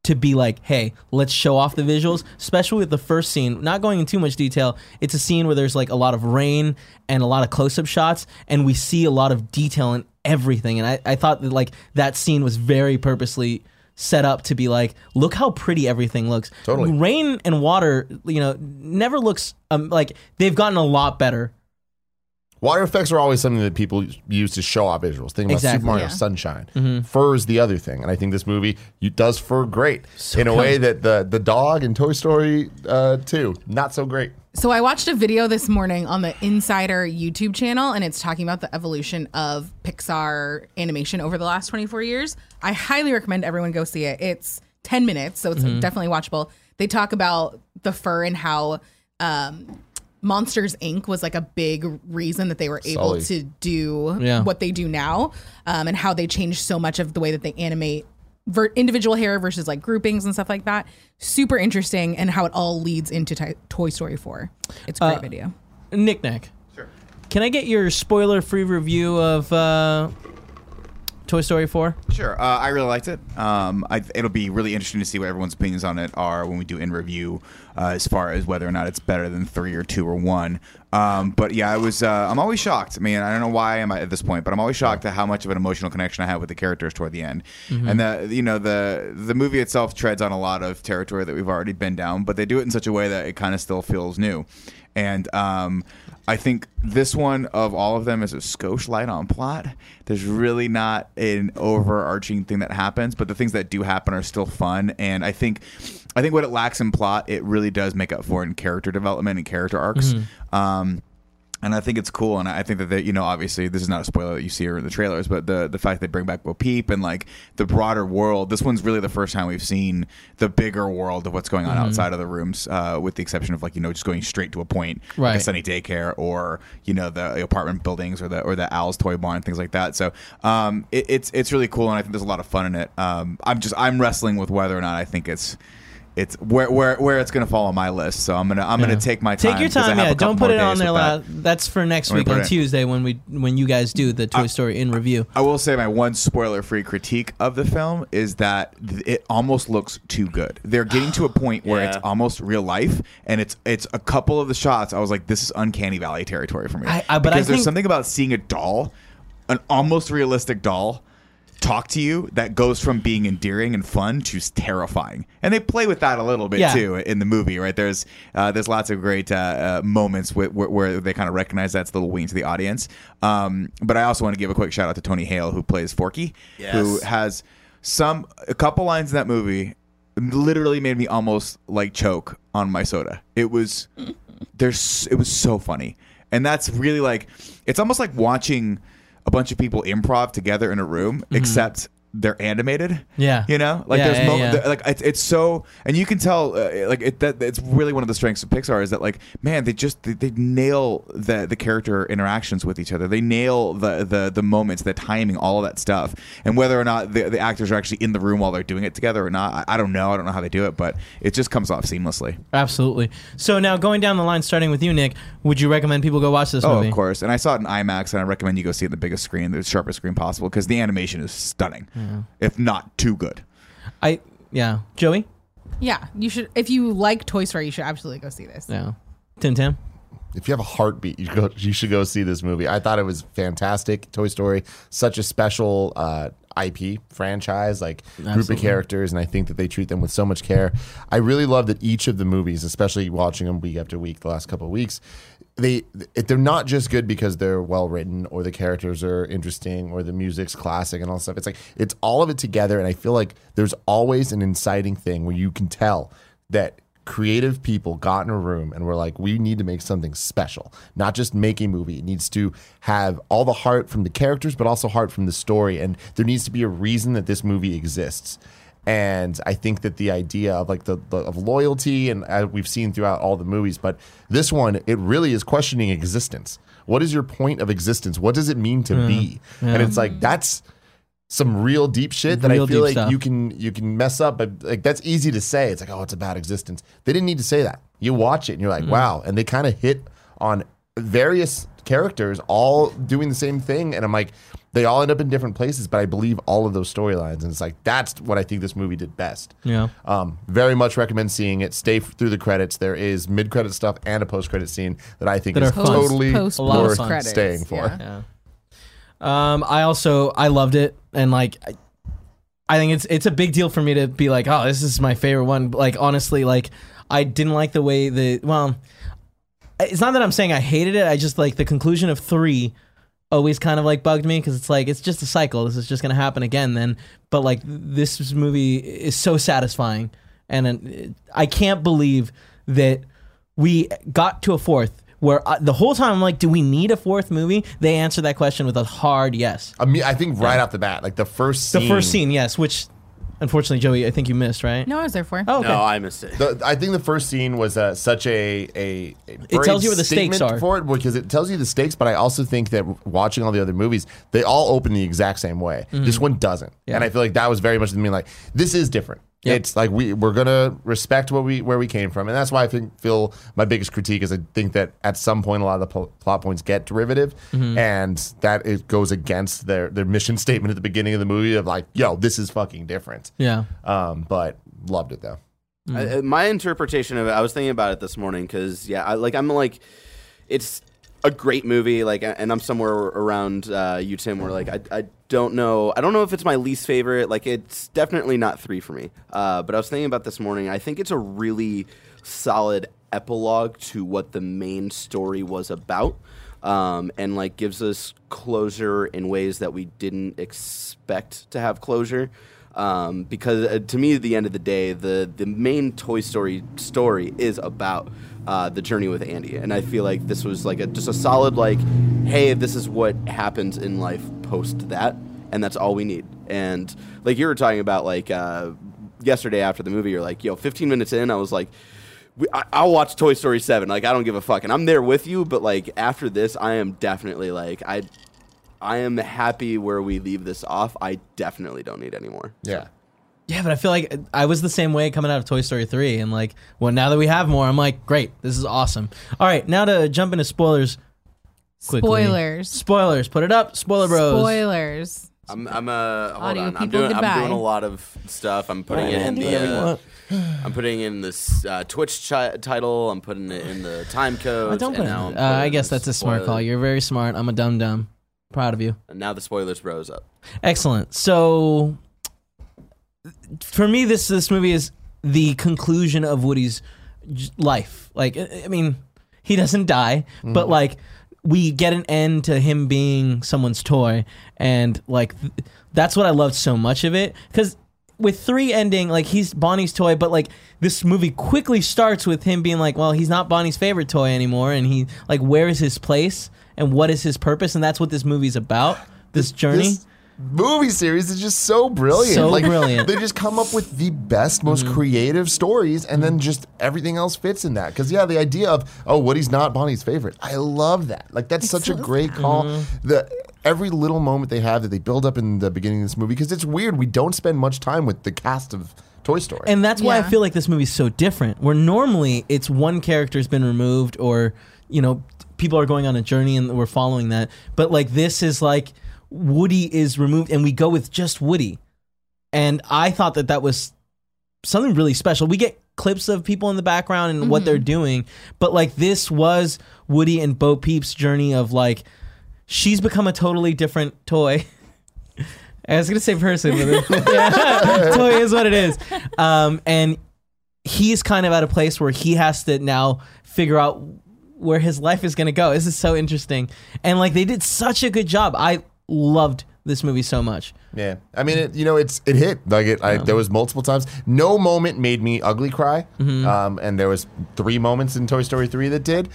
Speaker 1: to be like, hey, let's show off the visuals, especially with the first scene. Not going in too much detail, it's a scene where there's like a lot of rain and a lot of close up shots, and we see a lot of detail in everything. And I, I thought that like that scene was very purposely set up to be like, look how pretty everything looks.
Speaker 2: Totally.
Speaker 1: Rain and water, you know, never looks um, like they've gotten a lot better
Speaker 2: Water effects are always something that people use to show off visuals. Think about
Speaker 1: Exactly. Mm-hmm.
Speaker 2: Super Mario
Speaker 3: Yeah.
Speaker 2: Sunshine. Fur is the other thing, and I think this movie you, does fur great in a way that the the dog in Toy Story uh, two not so great.
Speaker 3: So I watched a video this morning on the Insider YouTube channel, and it's talking about the evolution of Pixar animation over the last 24 years. I highly recommend everyone go see it. It's 10 minutes, so it's definitely watchable. They talk about the fur and how um, Monsters Inc. was like a big reason that they were able
Speaker 2: Sully.
Speaker 3: to do
Speaker 1: Yeah.
Speaker 3: what they do now, um, and how they changed so much of the way that they animate ver- individual hair versus like groupings and stuff like that. Super interesting, and how it all leads into Ti- Toy Story Four. It's a
Speaker 1: Uh,
Speaker 3: great video.
Speaker 1: Knickknack. Sure. Can I get your spoiler-free review of uh, Toy Story 4?
Speaker 5: Sure, uh, I really liked it. Um, I, it'll be really interesting to see what everyone's opinions on it are when we do in review, uh, as far as whether or not it's better than three or two or one. Um, but yeah, I was. Uh, I'm always shocked. I mean, I don't know why I'm at this point, but I'm always shocked at how much of an emotional connection I have with the characters toward the end. And the you know the the movie itself treads on a lot of territory that we've already been down, but they do it in such a way that it kind of still feels new. And um, I think this one of all of them is a skosh light on plot. There's really not an overarching thing that happens, but the things that do happen are still fun. And I think, I think what it lacks in plot, it really does make up for in character development and character arcs. Um, and I think it's cool, and I think that they, you know, obviously, this is not a spoiler that you see her in the trailers, but the the fact they bring back Bo Peep and like the broader world. This one's really the first time we've seen the bigger world of what's going
Speaker 1: Mm-hmm.
Speaker 5: on outside of the rooms, uh, with the exception of like you know just going straight to a point, like
Speaker 1: Right.
Speaker 5: a sunny daycare or you know the apartment buildings or the or the Owl's toy barn things like that. So um, it, it's it's really cool, and I think there's a lot of fun in it. Um, I'm just I'm wrestling with whether or not I think it's. It's where, where where it's gonna fall on my list, so I'm gonna I'm gonna take my time.
Speaker 1: Take your
Speaker 5: 'cause I
Speaker 1: time,
Speaker 5: have a
Speaker 1: yeah.
Speaker 5: couple
Speaker 1: Don't put
Speaker 5: more
Speaker 1: it on
Speaker 5: days
Speaker 1: there.
Speaker 5: with that.
Speaker 1: La- that's for next
Speaker 5: me
Speaker 1: week
Speaker 5: put
Speaker 1: on
Speaker 5: it in.
Speaker 1: Tuesday when we when you guys do the Toy Story in review.
Speaker 5: I will say my one spoiler-free critique of the film is that th- it almost looks too good. They're getting to a point where it's
Speaker 4: Yeah.
Speaker 5: almost real life, and it's it's a couple of the shots. I was like, this is uncanny valley territory for me.
Speaker 1: I- I- but I
Speaker 5: because there's
Speaker 1: think-
Speaker 5: something about seeing a doll, an almost realistic doll, talk to you that goes from being endearing and fun to terrifying. And they play with that a little bit
Speaker 1: Yeah.
Speaker 5: too in the movie, right? There's uh, there's lots of great uh, uh, moments where, where, where they kind of recognize that's the little wing to the audience. Um, but I also want to give a quick shout out to Tony Hale who plays Forky, who
Speaker 4: Yes.
Speaker 5: has some a couple lines in that movie literally made me almost like choke on my soda. It was there's it was so funny and that's really like it's almost like watching a bunch of people improv together in a room except they're animated.
Speaker 1: Mm-hmm. Yeah.
Speaker 5: you know, like
Speaker 1: Yeah,
Speaker 5: there's
Speaker 1: yeah,
Speaker 5: mo-
Speaker 1: yeah.
Speaker 5: there- like it's, it's so, and you can tell uh, like it, that it's really one of the strengths of Pixar is that like man they just they, they nail the the character interactions with each other. They nail the the the moments, the timing, all of that stuff, and whether or not the, the actors are actually in the room while they're doing it together or not, I, I don't know. I don't know how they do it, but it just comes off seamlessly.
Speaker 1: Absolutely. So now going down the line, starting with you, Nick, would you recommend people go watch this
Speaker 5: Oh,
Speaker 1: movie?
Speaker 5: of course. And I saw it in IMAX, and I recommend you go see it in the biggest screen, the sharpest screen possible, because the animation is stunning, if not too good.
Speaker 1: I yeah. Joey?
Speaker 3: Yeah, you should. If you like Toy Story, you should absolutely go see this.
Speaker 1: Yeah. Tim Tam?
Speaker 2: if you have a heartbeat, you go. You should go see this movie. I thought it was fantastic. Toy Story, such a special uh, IP franchise, like group of characters, and I think that they treat them with so much care. I really love that each of the movies, especially watching them week after week, the last couple of weeks, they if they're not just good because they're well written or the characters are interesting or the music's classic and all that stuff. It's like it's all of it together, and I feel like there's always an inciting thing where you can tell that creative people got in a room and were like, we need to make something special, not just make a movie. It needs to have all the heart from the characters, but also heart from the story. And there needs to be a reason that this movie exists. And I think that the idea of like the, the of loyalty, and uh, we've seen throughout all the movies, but this one, it really is questioning existence. What is your point of existence? What does it mean to be? And it's like that's some real deep shit that
Speaker 1: Real
Speaker 2: I feel
Speaker 1: deep
Speaker 2: like
Speaker 1: stuff.
Speaker 2: you can you can mess up, but like that's easy to say. It's like oh, it's a bad existence. They didn't need to say that. You watch it and you're
Speaker 1: Mm-hmm.
Speaker 2: like wow, and they kind of hit on various characters all doing the same thing, and I'm like they all end up in different places, but I believe all of those storylines, and it's like that's what I think this movie did best.
Speaker 1: Yeah.
Speaker 2: Um, very much recommend seeing it. Stay f- through the credits. There is mid credit stuff and a post credit scene that I think
Speaker 1: That
Speaker 2: is
Speaker 1: are fun.
Speaker 2: totally
Speaker 3: Post-
Speaker 1: A lot of
Speaker 2: worth
Speaker 1: fun.
Speaker 2: staying for.
Speaker 3: Yeah.
Speaker 1: Yeah. Um, I also I loved it, and like I, I think it's it's a big deal for me to be like, oh, this is my favorite one. But, Like honestly, like I didn't like the way the well, it's not that I'm saying I hated it. I just like the conclusion of three always kind of like bugged me because it's like it's just a cycle. This is just gonna happen again. Then, but like this movie is so satisfying, and uh, I can't believe that we got to a fourth. Where I, the whole time I'm like, do we need a fourth movie? They answered that question with a hard yes.
Speaker 2: I mean, I think right off the bat, like the first
Speaker 1: The
Speaker 2: scene,
Speaker 1: first scene, yes, which unfortunately, Joey, I think you missed, right?
Speaker 3: No, I was there for.
Speaker 1: Oh, okay.
Speaker 4: No, I missed it.
Speaker 2: The, I think the first scene was uh, such a, a, a brave
Speaker 1: tells you where the stakes
Speaker 2: statement
Speaker 1: are.
Speaker 2: for it because it tells you the stakes. But I also think that watching all the other movies, they all open the exact same way.
Speaker 1: Mm.
Speaker 2: This one doesn't, and I feel like that was very much me like this is different.
Speaker 1: Yep.
Speaker 2: It's like we we're gonna respect what we where we came from, and that's why I think feel my biggest critique is I think that at some point a lot of the pl- plot points get derivative,
Speaker 1: Mm-hmm.
Speaker 2: and that it goes against their their mission (laughs) statement at the beginning of the movie of like yo this is fucking different.
Speaker 1: Yeah.
Speaker 2: Um, but loved it though.
Speaker 4: I, I- uh, my interpretation of it, I was thinking about it this morning because yeah, I, like I'm like, it's a great movie. Like, a- and I'm somewhere around uh, you, Tim, where like I, I don't know, I don't know if it's my least favorite. Like, it's definitely not three for me. Uh, but I was thinking about this morning. I think it's a really solid epilogue to what the main story was about. Um, and like gives us closure in ways that we didn't expect to have closure um, because uh, to me, at the end of the day, the the main Toy Story story is about uh, the journey with Andy, and I feel like this was like a, just a solid like, hey, this is what happens in life post that, and that's all we need. And like you were talking about, like uh, yesterday after the movie, you're like, yo, 15 minutes in, I was like. We, I, I'll watch Toy Story 7. Like, I don't give a fuck. And I'm there with you, but, like, after this, I am definitely, like, I I am happy where we leave this off. I definitely don't need any more.
Speaker 2: Yeah.
Speaker 1: Yeah, but I feel like I was the same way coming out of Toy Story 3. And like, well, now that we have more, I'm like, great, this is awesome. All right, now to jump into spoilers. Quickly.
Speaker 3: Spoilers.
Speaker 1: Spoilers. Put it up. Spoiler bros.
Speaker 3: Spoilers.
Speaker 4: I'm, I'm uh, hold
Speaker 3: Audio
Speaker 4: on. I'm
Speaker 3: people,
Speaker 4: doing, I'm
Speaker 3: goodbye.
Speaker 4: doing a lot of stuff. I'm putting it in the, uh, I'm putting in this uh, Twitch chi- title. I'm putting it in the time code.
Speaker 1: Oh, don't put
Speaker 4: and
Speaker 1: it.
Speaker 4: now I'm
Speaker 1: Uh,
Speaker 4: putting
Speaker 1: I
Speaker 4: in
Speaker 1: guess
Speaker 4: the
Speaker 1: that's a smart
Speaker 4: spoiler-
Speaker 1: call. You're very smart. I'm a dumb dumb. Proud of you.
Speaker 4: And now the spoilers rose up.
Speaker 1: Excellent. So for me this this movie is the conclusion of Woody's j- life. Like I I mean, he doesn't die, but like we get an end to him being someone's toy and like th- that's what I loved so much of it cuz with 3 ending like he's Bonnie's toy but like this movie quickly starts with him being like well he's not Bonnie's favorite toy anymore and he like where is his place and what is his purpose and that's what this movie's about this journey
Speaker 2: This, movie series is just so brilliant.
Speaker 1: So
Speaker 2: like,
Speaker 1: brilliant. Mm-hmm.
Speaker 2: They just come up with the best, most creative stories, and then just everything else fits in that. Because yeah, the idea of oh, Woody's not Bonnie's favorite. I love that. Like that's such a great call.
Speaker 1: Mm-hmm.
Speaker 2: The every little moment they have that they build up in the beginning of this movie because it's weird. We don't spend much time with the cast of Toy Story.
Speaker 1: And that's why I
Speaker 3: Yeah.
Speaker 1: feel like this movie's so different. Where normally it's one character's been removed, or you know, people are going on a journey and we're following that. But like this is like Woody is removed, and we go with just Woody. And I thought that that was something really special. We get clips of people in the background and what they're doing, but like this was Woody and Bo Peep's journey of like she's become a totally different toy. (laughs) I was gonna say person, but then- (laughs) yeah, toy is what it is. Um, and he's kind of at a place where he has to now figure out where his life is gonna go. This is so interesting, and like they did such a good job. I loved this movie so much.
Speaker 2: Yeah, I mean, it, you know, it's it hit like it. I, there was multiple times. No moment made me ugly cry. Um, and there was three moments in Toy Story three that did.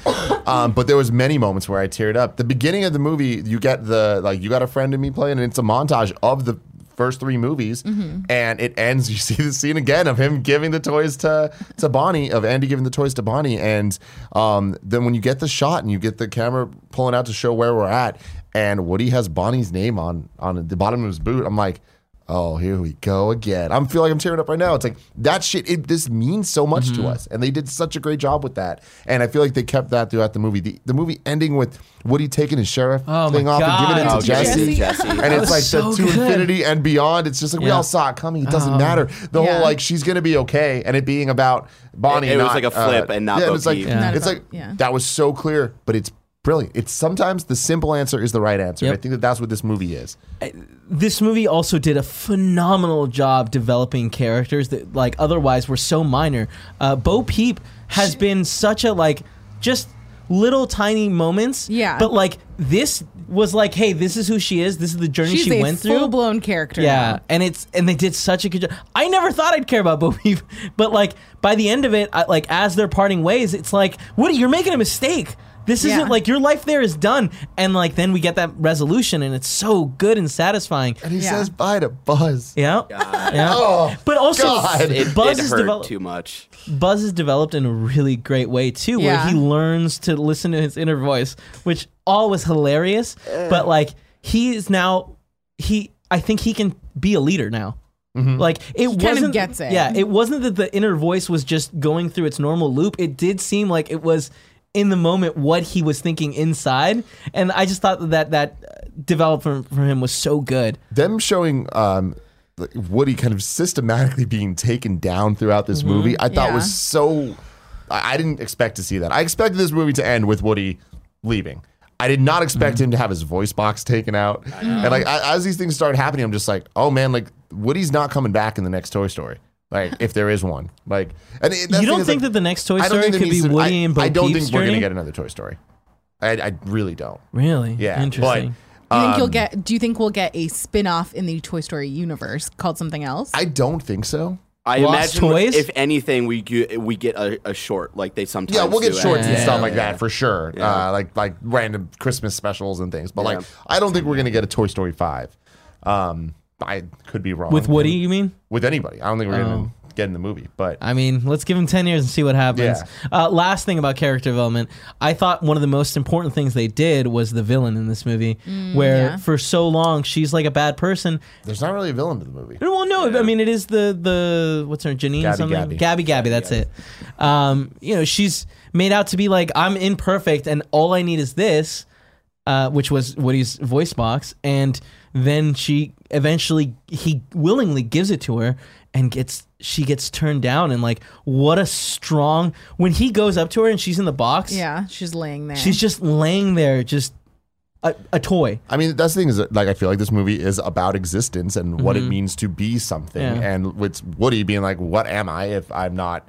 Speaker 2: um, but there was many moments where I teared up. The beginning of the movie, you get the like you got a friend in me playing, and it's a montage of the first three movies,
Speaker 1: Mm-hmm.
Speaker 2: and it ends. (laughs) You see the scene again of him giving the toys to to Bonnie, of Andy giving the toys to Bonnie, and um, then when you get the shot and you get the camera pulling out to show where we're at, and Woody has Bonnie's name on on the bottom of his boot. I'm like, oh, here we go again. I'm feel like I'm tearing up right now. It's like that shit. It, this means so much
Speaker 1: Mm-hmm.
Speaker 2: to us, and they did such a great job with that. And I feel like they kept that throughout the movie. The, the movie ending with Woody taking his sheriff
Speaker 1: Oh my
Speaker 2: thing off and giving it
Speaker 1: God.
Speaker 2: to
Speaker 1: Oh, (laughs)
Speaker 2: Jesse.
Speaker 3: Jesse.
Speaker 4: Jesse.
Speaker 2: And
Speaker 1: That
Speaker 2: it's
Speaker 1: was
Speaker 2: like
Speaker 1: so
Speaker 2: the to
Speaker 1: good.
Speaker 2: infinity and beyond. It's just like we
Speaker 1: Yeah. Um,
Speaker 2: all saw it coming. It doesn't matter. The
Speaker 3: Yeah.
Speaker 2: whole like she's gonna be okay, and it being about Bonnie.
Speaker 4: It- it was
Speaker 2: not, uh,
Speaker 4: like a flip and not
Speaker 2: Yeah, it
Speaker 4: Bo
Speaker 2: was like
Speaker 4: Peep.
Speaker 1: Yeah.
Speaker 3: Not
Speaker 2: it's
Speaker 3: about-
Speaker 2: like
Speaker 3: yeah.
Speaker 2: that was so clear, but it's brilliant. It's sometimes the simple answer is the right answer.
Speaker 1: Yep.
Speaker 2: I think that that's what this movie is.
Speaker 1: this movie also did a phenomenal job developing characters that like otherwise were so minor. Uh, Bo Peep has been such a like just little tiny moments.
Speaker 3: Yeah.
Speaker 1: But like this was like, hey, this is who she is. This is the journey
Speaker 3: She's
Speaker 1: she
Speaker 3: a
Speaker 1: went through.
Speaker 3: full blown character.
Speaker 1: Yeah, and it's and they did such a good job. I never thought I'd care about Bo Peep, (laughs) but like by the end of it, I, like as they're parting ways, it's like Woody, you're making a mistake. This
Speaker 3: Yeah.
Speaker 1: isn't like your life there is done, and like then we get that resolution, and it's so good and satisfying.
Speaker 2: And he
Speaker 3: Yeah.
Speaker 2: says bye to Buzz.
Speaker 1: Yeah, yeah.
Speaker 2: Oh,
Speaker 1: but also,
Speaker 2: God.
Speaker 4: It,
Speaker 1: Buzz
Speaker 4: it
Speaker 1: is
Speaker 4: hurt
Speaker 1: developed.
Speaker 4: too much.
Speaker 1: Buzz is developed in a really great way too, where
Speaker 3: Yeah.
Speaker 1: he learns to listen to his inner voice, which all was hilarious. But like he is now, he I think he can be a leader now.
Speaker 4: Mm-hmm.
Speaker 1: Like it
Speaker 3: of
Speaker 1: wasn't.
Speaker 3: gets it.
Speaker 1: Yeah, it wasn't that the inner voice was just going through its normal loop. It did seem like it was in the moment what he was thinking inside, and I just thought that that uh, development for him was so good.
Speaker 2: them showing um like, Woody kind of systematically being taken down throughout this movie, I thought
Speaker 3: Yeah.
Speaker 2: was so. I I didn't expect to see that. I expected this movie to end with Woody leaving. I did not expect him to have his voice box taken out. And like I, as these things start happening, I'm just like, oh man, like Woody's not coming back in the next Toy Story. Like if there is one, like and it, that's
Speaker 1: you don't
Speaker 2: thing is,
Speaker 1: think
Speaker 2: like,
Speaker 1: that the next Toy
Speaker 2: I don't
Speaker 1: Story
Speaker 2: think there
Speaker 1: could be
Speaker 2: needs to-
Speaker 1: Woody
Speaker 2: I,
Speaker 1: and Bo
Speaker 2: I don't
Speaker 1: Peep's
Speaker 2: think we're gonna
Speaker 1: journey?
Speaker 2: get another Toy Story. I, I really don't.
Speaker 1: Really?
Speaker 2: Yeah, but-
Speaker 1: Interesting.
Speaker 3: You think
Speaker 1: Um,
Speaker 3: you'll get? Do you think we'll get a spin off in the Toy Story universe called something else?
Speaker 2: I don't think so.
Speaker 4: I
Speaker 1: Lost
Speaker 4: imagine
Speaker 1: toys?
Speaker 4: if anything, we get, we get a, a short like they sometimes.
Speaker 2: Yeah, we'll get
Speaker 4: do
Speaker 2: shorts and
Speaker 1: Yeah.
Speaker 2: stuff like that for sure. Uh, like like random Christmas specials and things. But like,
Speaker 4: Yeah.
Speaker 2: I don't think we're gonna get a Toy Story five. Um, I could be wrong
Speaker 1: With Woody, Oh. you mean?
Speaker 2: with anybody. I don't think we're gonna get in the movie. But
Speaker 1: I mean, let's give him 10 years and see what happens.
Speaker 2: Yeah.
Speaker 1: Uh, last thing about character development, I thought one of the most important things they did was the villain in this movie, where
Speaker 3: yeah.
Speaker 1: for so long she's like a bad person.
Speaker 2: there's not really a villain to the movie.
Speaker 1: Well, no, I mean, it is the, the what's her, Janine
Speaker 2: Gabby
Speaker 1: something?
Speaker 2: Gabby.
Speaker 1: Gabby Gabby, that's it. Um, you know, she's made out to be like, I'm imperfect and all I need is this, uh, which was Woody's voice box. And then she eventually, he willingly gives it to her and gets, she gets turned down. And like, what a strong, when he goes up to her and she's in the box,
Speaker 3: yeah, she's laying there.
Speaker 1: she's just laying there, just a, a toy.
Speaker 2: I mean, that's the thing is that, like I feel like this movie is about existence and what it means to be something,
Speaker 1: Mm-hmm. Yeah.
Speaker 2: and with Woody being like, "What am I if I'm not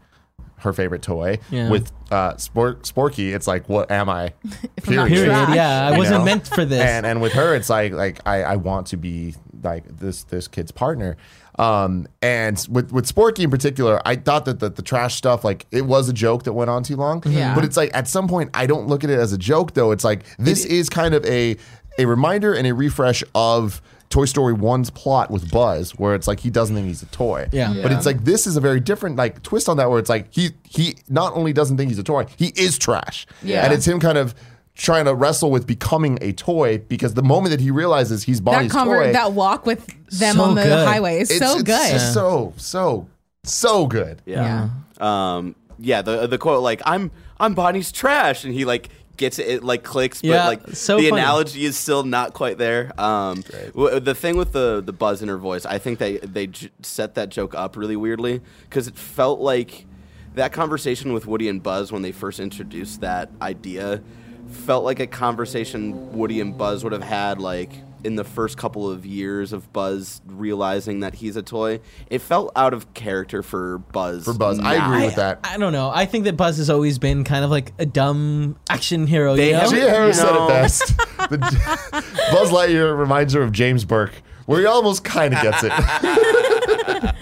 Speaker 2: her favorite toy?"
Speaker 1: Yeah.
Speaker 2: With uh, Spork, Sporky, it's like, "What am I?"
Speaker 3: If I'm not
Speaker 1: Period.
Speaker 3: Trash.
Speaker 1: Yeah. I
Speaker 2: You
Speaker 1: wasn't
Speaker 2: know?
Speaker 1: meant for this.
Speaker 2: And and with her, it's like like I, I want to be like this this kid's partner. Um and with with Sporky in particular, I thought that the, the trash stuff like it was a joke that went on too long.
Speaker 3: Yeah.
Speaker 2: But it's like at some point I don't look at it as a joke though. It's like this is kind of a a reminder and a refresh of Toy Story 1's plot with Buzz, where it's like he doesn't think he's a toy.
Speaker 1: Yeah.
Speaker 2: But
Speaker 4: Yeah.
Speaker 2: it's like this is a very different like twist on that, where it's like he he not only doesn't think he's a toy, he is trash.
Speaker 4: Yeah.
Speaker 2: And it's him kind of trying to wrestle with becoming a toy because the moment that he realizes he's
Speaker 3: That
Speaker 2: Bonnie's
Speaker 3: conver-
Speaker 2: toy,
Speaker 3: that walk with them
Speaker 1: So
Speaker 3: on the
Speaker 1: good.
Speaker 3: highway is so good.
Speaker 2: so so so good.
Speaker 4: Yeah. Um. Yeah. The the quote like I'm I'm Bonnie's trash, and he like gets it, it like clicks, but
Speaker 1: Yeah,
Speaker 4: like
Speaker 1: so
Speaker 4: the
Speaker 1: funny.
Speaker 4: analogy is still not quite there. Um. W- the thing with the the buzz in her voice, I think they they j- set that joke up really weirdly because it felt like that conversation with Woody and Buzz when they first introduced that idea felt like a conversation Woody and Buzz would have had like in the first couple of years of Buzz realizing that he's a toy. It felt out of character for Buzz.
Speaker 2: For Buzz, I
Speaker 4: now.
Speaker 2: agree
Speaker 1: I,
Speaker 2: with that.
Speaker 1: I don't know. I think that Buzz has always been kind of like a dumb action hero.
Speaker 4: They
Speaker 1: you know?
Speaker 4: have-
Speaker 2: Gia Harris said
Speaker 4: No.
Speaker 2: it best. The, (laughs) Buzz Lightyear reminds her of James Burke, where he almost kind of gets it. I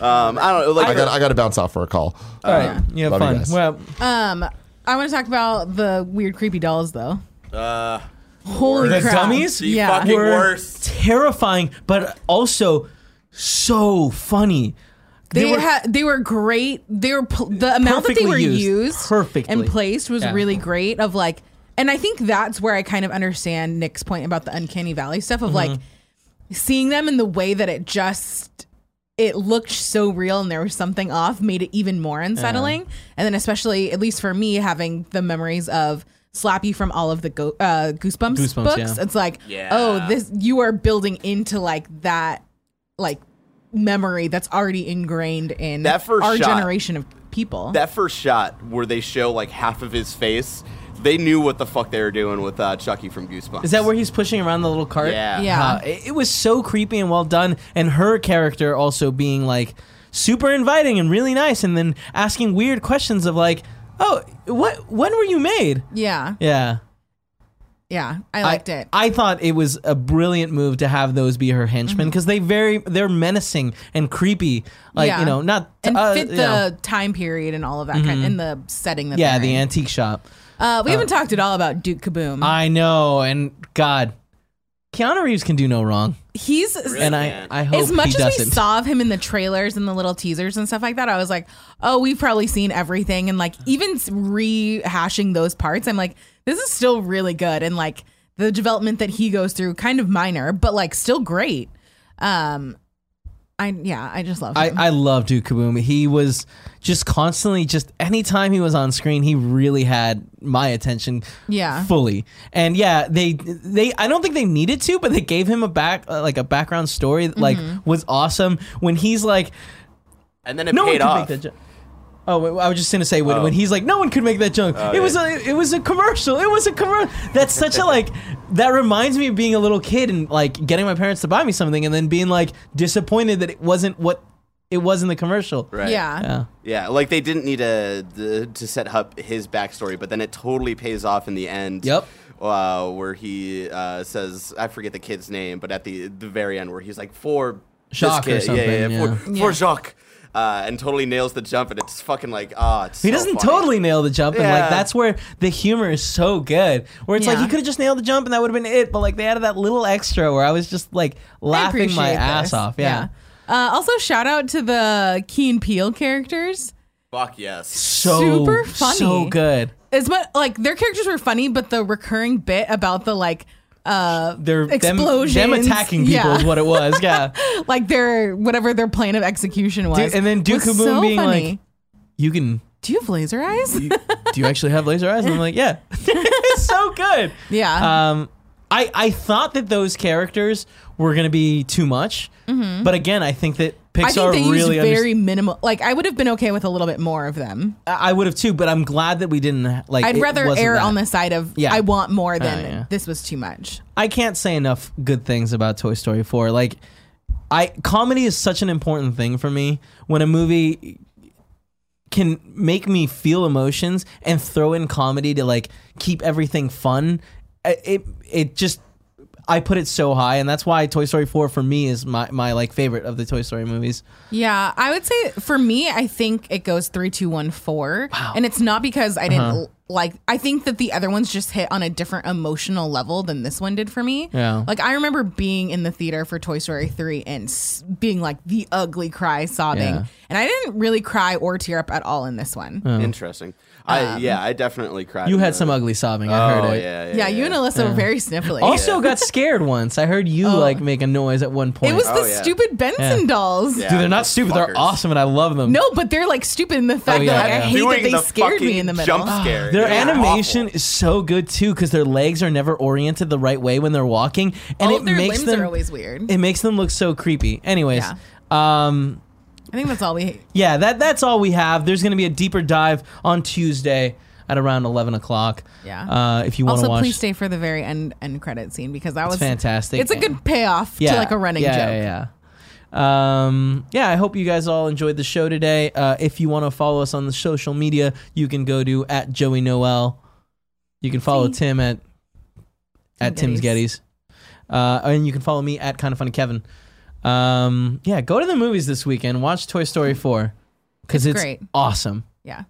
Speaker 4: Um, I don't know. Like,
Speaker 2: got I got to bounce off for a call.
Speaker 1: All right. You have
Speaker 2: Love you
Speaker 1: fun.
Speaker 2: guys.
Speaker 1: well,
Speaker 3: Um, I want to talk about the weird, creepy dolls, though.
Speaker 4: uh,
Speaker 3: Holy
Speaker 1: the
Speaker 3: crap!
Speaker 1: dummies
Speaker 4: the
Speaker 3: Yeah.
Speaker 4: fucking
Speaker 1: were
Speaker 4: worst.
Speaker 1: terrifying, but also so funny.
Speaker 3: They,
Speaker 1: were-
Speaker 3: had they were great. They were pl- the amount that they
Speaker 1: Perfectly
Speaker 3: were
Speaker 1: used.
Speaker 3: used,
Speaker 1: Perfectly.
Speaker 3: and placed was
Speaker 1: Yeah.
Speaker 3: really great. Of like, and I think that's where I kind of understand Nick's point about the uncanny valley stuff of like
Speaker 1: Mm-hmm.
Speaker 3: seeing them in the way that it just it looked so real and there was something off made it even more unsettling. And then especially at least for me having the memories of Slappy from all of the go- uh, Goosebumps,
Speaker 1: Goosebumps,
Speaker 3: books,
Speaker 1: yeah.
Speaker 3: it's like
Speaker 4: Yeah.
Speaker 3: oh this you are building into like that like memory that's already ingrained in
Speaker 4: That first
Speaker 3: our
Speaker 4: shot-
Speaker 3: generation of people.
Speaker 4: that first shot where they show like half of his face, they knew what the fuck they were doing with uh, Chucky from Goosebumps.
Speaker 1: Is that where he's pushing around the little cart?
Speaker 4: Yeah.
Speaker 3: Yeah.
Speaker 1: Uh, it, it was so creepy and well done, and her character also being like super inviting and really nice, and then asking weird questions of like, "Oh, what? When were you made?"
Speaker 3: yeah,
Speaker 1: Yeah,
Speaker 3: yeah, I liked it.
Speaker 1: I thought it was a brilliant move to have those be her
Speaker 3: Mm-hmm.
Speaker 1: henchmen because they very they're menacing and creepy. Like
Speaker 3: yeah.
Speaker 1: you know, not
Speaker 3: and
Speaker 1: uh,
Speaker 3: fit
Speaker 1: you
Speaker 3: the
Speaker 1: know.
Speaker 3: time period and all of that kind in the setting that
Speaker 1: yeah
Speaker 3: they're
Speaker 1: the
Speaker 3: in.
Speaker 1: antique shop.
Speaker 3: Uh, we haven't talked at all about Duke Kaboom.
Speaker 1: I know, and God, Keanu Reeves can do no wrong,
Speaker 3: He's
Speaker 1: and I
Speaker 4: Yeah.
Speaker 1: I hope
Speaker 3: as much
Speaker 1: he
Speaker 3: as
Speaker 1: doesn't.
Speaker 3: we saw of him in the trailers and the little teasers and stuff like that. I was like, oh, we've probably seen everything, and like even s- rehashing those parts, I'm like, this is still really good, and like the development that he goes through, kind of minor, but like still great. Um, I yeah, I just love.
Speaker 1: I,
Speaker 3: him.
Speaker 1: I love Duke Kaboom. He was just constantly, just anytime he was on screen, he really had my attention,
Speaker 3: Yeah.
Speaker 1: fully. And yeah, they they I don't think they needed to, but they gave him a back uh, like a background story that like
Speaker 3: Mm-hmm.
Speaker 1: was awesome when he's like
Speaker 4: And then it
Speaker 1: no one
Speaker 4: paid
Speaker 1: could
Speaker 4: off. Oh.
Speaker 1: make that joke. Oh, wait, I was just gonna say when, when he's like, no one could make that joke. it was a it was a commercial. It was a commercial. That's such a like. That reminds me of being a little kid and like getting my parents to buy me something and then being like disappointed that it wasn't what it was in the commercial.
Speaker 4: Right.
Speaker 3: yeah.
Speaker 1: Yeah.
Speaker 4: Yeah, like they didn't need to the- to set up his backstory, but then it totally pays off in the end.
Speaker 1: Yep.
Speaker 4: Uh, where he uh, says, I forget the kid's name, but at the the very end, where he's like for this
Speaker 1: Jacques or
Speaker 4: kid." yeah, yeah,
Speaker 1: something,
Speaker 4: For, for Jacques, uh, and totally nails the jump, and it's fucking like ah, it's
Speaker 1: He
Speaker 4: so
Speaker 1: doesn't
Speaker 4: funny.
Speaker 1: totally nail the jump, and like
Speaker 4: Yeah.
Speaker 1: that's where the humor is so good. Where it's like
Speaker 3: Yeah.
Speaker 1: he could have just nailed the jump and that would have been it, but like they added that little extra where I was just like
Speaker 3: I
Speaker 1: laughing my
Speaker 3: appreciate
Speaker 1: ass
Speaker 3: this.
Speaker 1: off. Yeah.
Speaker 3: Uh, also, shout out to the Keen Peel characters.
Speaker 4: Fuck yes.
Speaker 1: So
Speaker 3: Super funny.
Speaker 1: so good.
Speaker 3: As much like their characters were funny, but the recurring bit about the like uh
Speaker 1: They're them,
Speaker 3: explosions,
Speaker 1: them attacking people
Speaker 3: yeah.
Speaker 1: is what it was. Yeah.
Speaker 3: (laughs) like their whatever their plan of execution was.
Speaker 1: Dude, and then Duke
Speaker 3: was
Speaker 1: Kaboom
Speaker 3: so
Speaker 1: being
Speaker 3: funny.
Speaker 1: like, "You can?
Speaker 3: "Do you have laser eyes?"
Speaker 1: You, do you actually have laser eyes?" And I'm like, "Yeah, (laughs) it's so good."
Speaker 3: yeah,
Speaker 1: Um, I I thought that those characters were gonna be too much, but again, I think that
Speaker 3: Mm-hmm. I
Speaker 1: Pixar
Speaker 3: think they
Speaker 1: really.
Speaker 3: used
Speaker 1: underst-
Speaker 3: very minimal. Like I would have been okay with a little bit more of them.
Speaker 1: I would have too, but I'm glad that we didn't like.
Speaker 3: I'd
Speaker 1: it
Speaker 3: rather
Speaker 1: wasn't
Speaker 3: err
Speaker 1: that.
Speaker 3: on the side of
Speaker 1: Yeah. Uh,
Speaker 3: I want more than
Speaker 1: yeah.
Speaker 3: this was too much.
Speaker 1: I can't say enough good things about Toy Story 4. Like I comedy is such an important thing for me when a movie can make me feel emotions and throw in comedy to like keep everything fun. I- It it just I put it so high and that's why Toy Story 4 for me is my my like favorite of the Toy Story movies.
Speaker 3: Yeah,
Speaker 1: Uh-huh.
Speaker 3: I would say for me, I think it goes three, two, one, four, and it's not because I didn't. like I think that the other ones just hit on a different emotional level than this one did for me.
Speaker 1: Yeah.
Speaker 3: Like I remember being in the theater for Toy Story 3 and s- being like the ugly cry sobbing.
Speaker 1: Yeah. Uh,
Speaker 3: And I didn't really cry or tear up at all in this one.
Speaker 4: Interesting. I yeah, I definitely cried.
Speaker 1: You
Speaker 4: in
Speaker 1: had
Speaker 4: the-
Speaker 1: some ugly sobbing. I
Speaker 4: Oh
Speaker 1: heard
Speaker 4: yeah,
Speaker 1: it.
Speaker 4: yeah,
Speaker 3: yeah, you and Alyssa were very sniffly.
Speaker 1: Also got scared once. I heard you like make a noise at one point.
Speaker 3: Oh. it was
Speaker 4: Oh,
Speaker 3: the
Speaker 4: yeah.
Speaker 3: stupid Benson
Speaker 1: Yeah.
Speaker 3: dolls.
Speaker 4: Yeah.
Speaker 1: Dude, they're not stupid. They're
Speaker 4: Fuckers.
Speaker 1: awesome, and I love them.
Speaker 3: No, but they're like stupid in the fact
Speaker 1: yeah,
Speaker 3: that like,
Speaker 1: Oh, yeah.
Speaker 3: I hate that
Speaker 4: Doing
Speaker 3: they
Speaker 4: the
Speaker 3: scared me
Speaker 4: fucking
Speaker 3: in the middle.
Speaker 4: Jump
Speaker 3: (gasps)
Speaker 4: scare.
Speaker 1: Their
Speaker 4: It was
Speaker 1: animation
Speaker 4: awful.
Speaker 1: is so good too because their legs are never oriented the right way when they're walking, and
Speaker 3: All
Speaker 1: it
Speaker 3: of their
Speaker 1: makes
Speaker 3: limbs
Speaker 1: them
Speaker 3: are always weird.
Speaker 1: it makes them look so creepy. Anyways, um,
Speaker 3: I think that's all we hate.
Speaker 1: yeah, that that's all we have. There's gonna be a deeper dive on Tuesday at around eleven o'clock.
Speaker 3: Yeah.
Speaker 1: Uh, if you want to
Speaker 3: Also,
Speaker 1: watch,
Speaker 3: please stay for the very end end credit scene because that was
Speaker 1: fantastic.
Speaker 3: It's a good payoff to like a running
Speaker 1: yeah,
Speaker 3: joke.
Speaker 1: Yeah, yeah. Um, yeah, I hope you guys all enjoyed the show today. Uh, if you want to follow us on the social media, you can go to at Joey Noel. You can follow
Speaker 3: See?
Speaker 1: Tim at at
Speaker 3: Tim
Speaker 1: Tim's Gettys. Uh, and you can follow me at Kind of Funny Kevin. Um, yeah, go to the movies this weekend. Watch Toy Story 4 because
Speaker 3: It's
Speaker 1: it's,
Speaker 3: great.
Speaker 1: awesome.
Speaker 3: Yeah.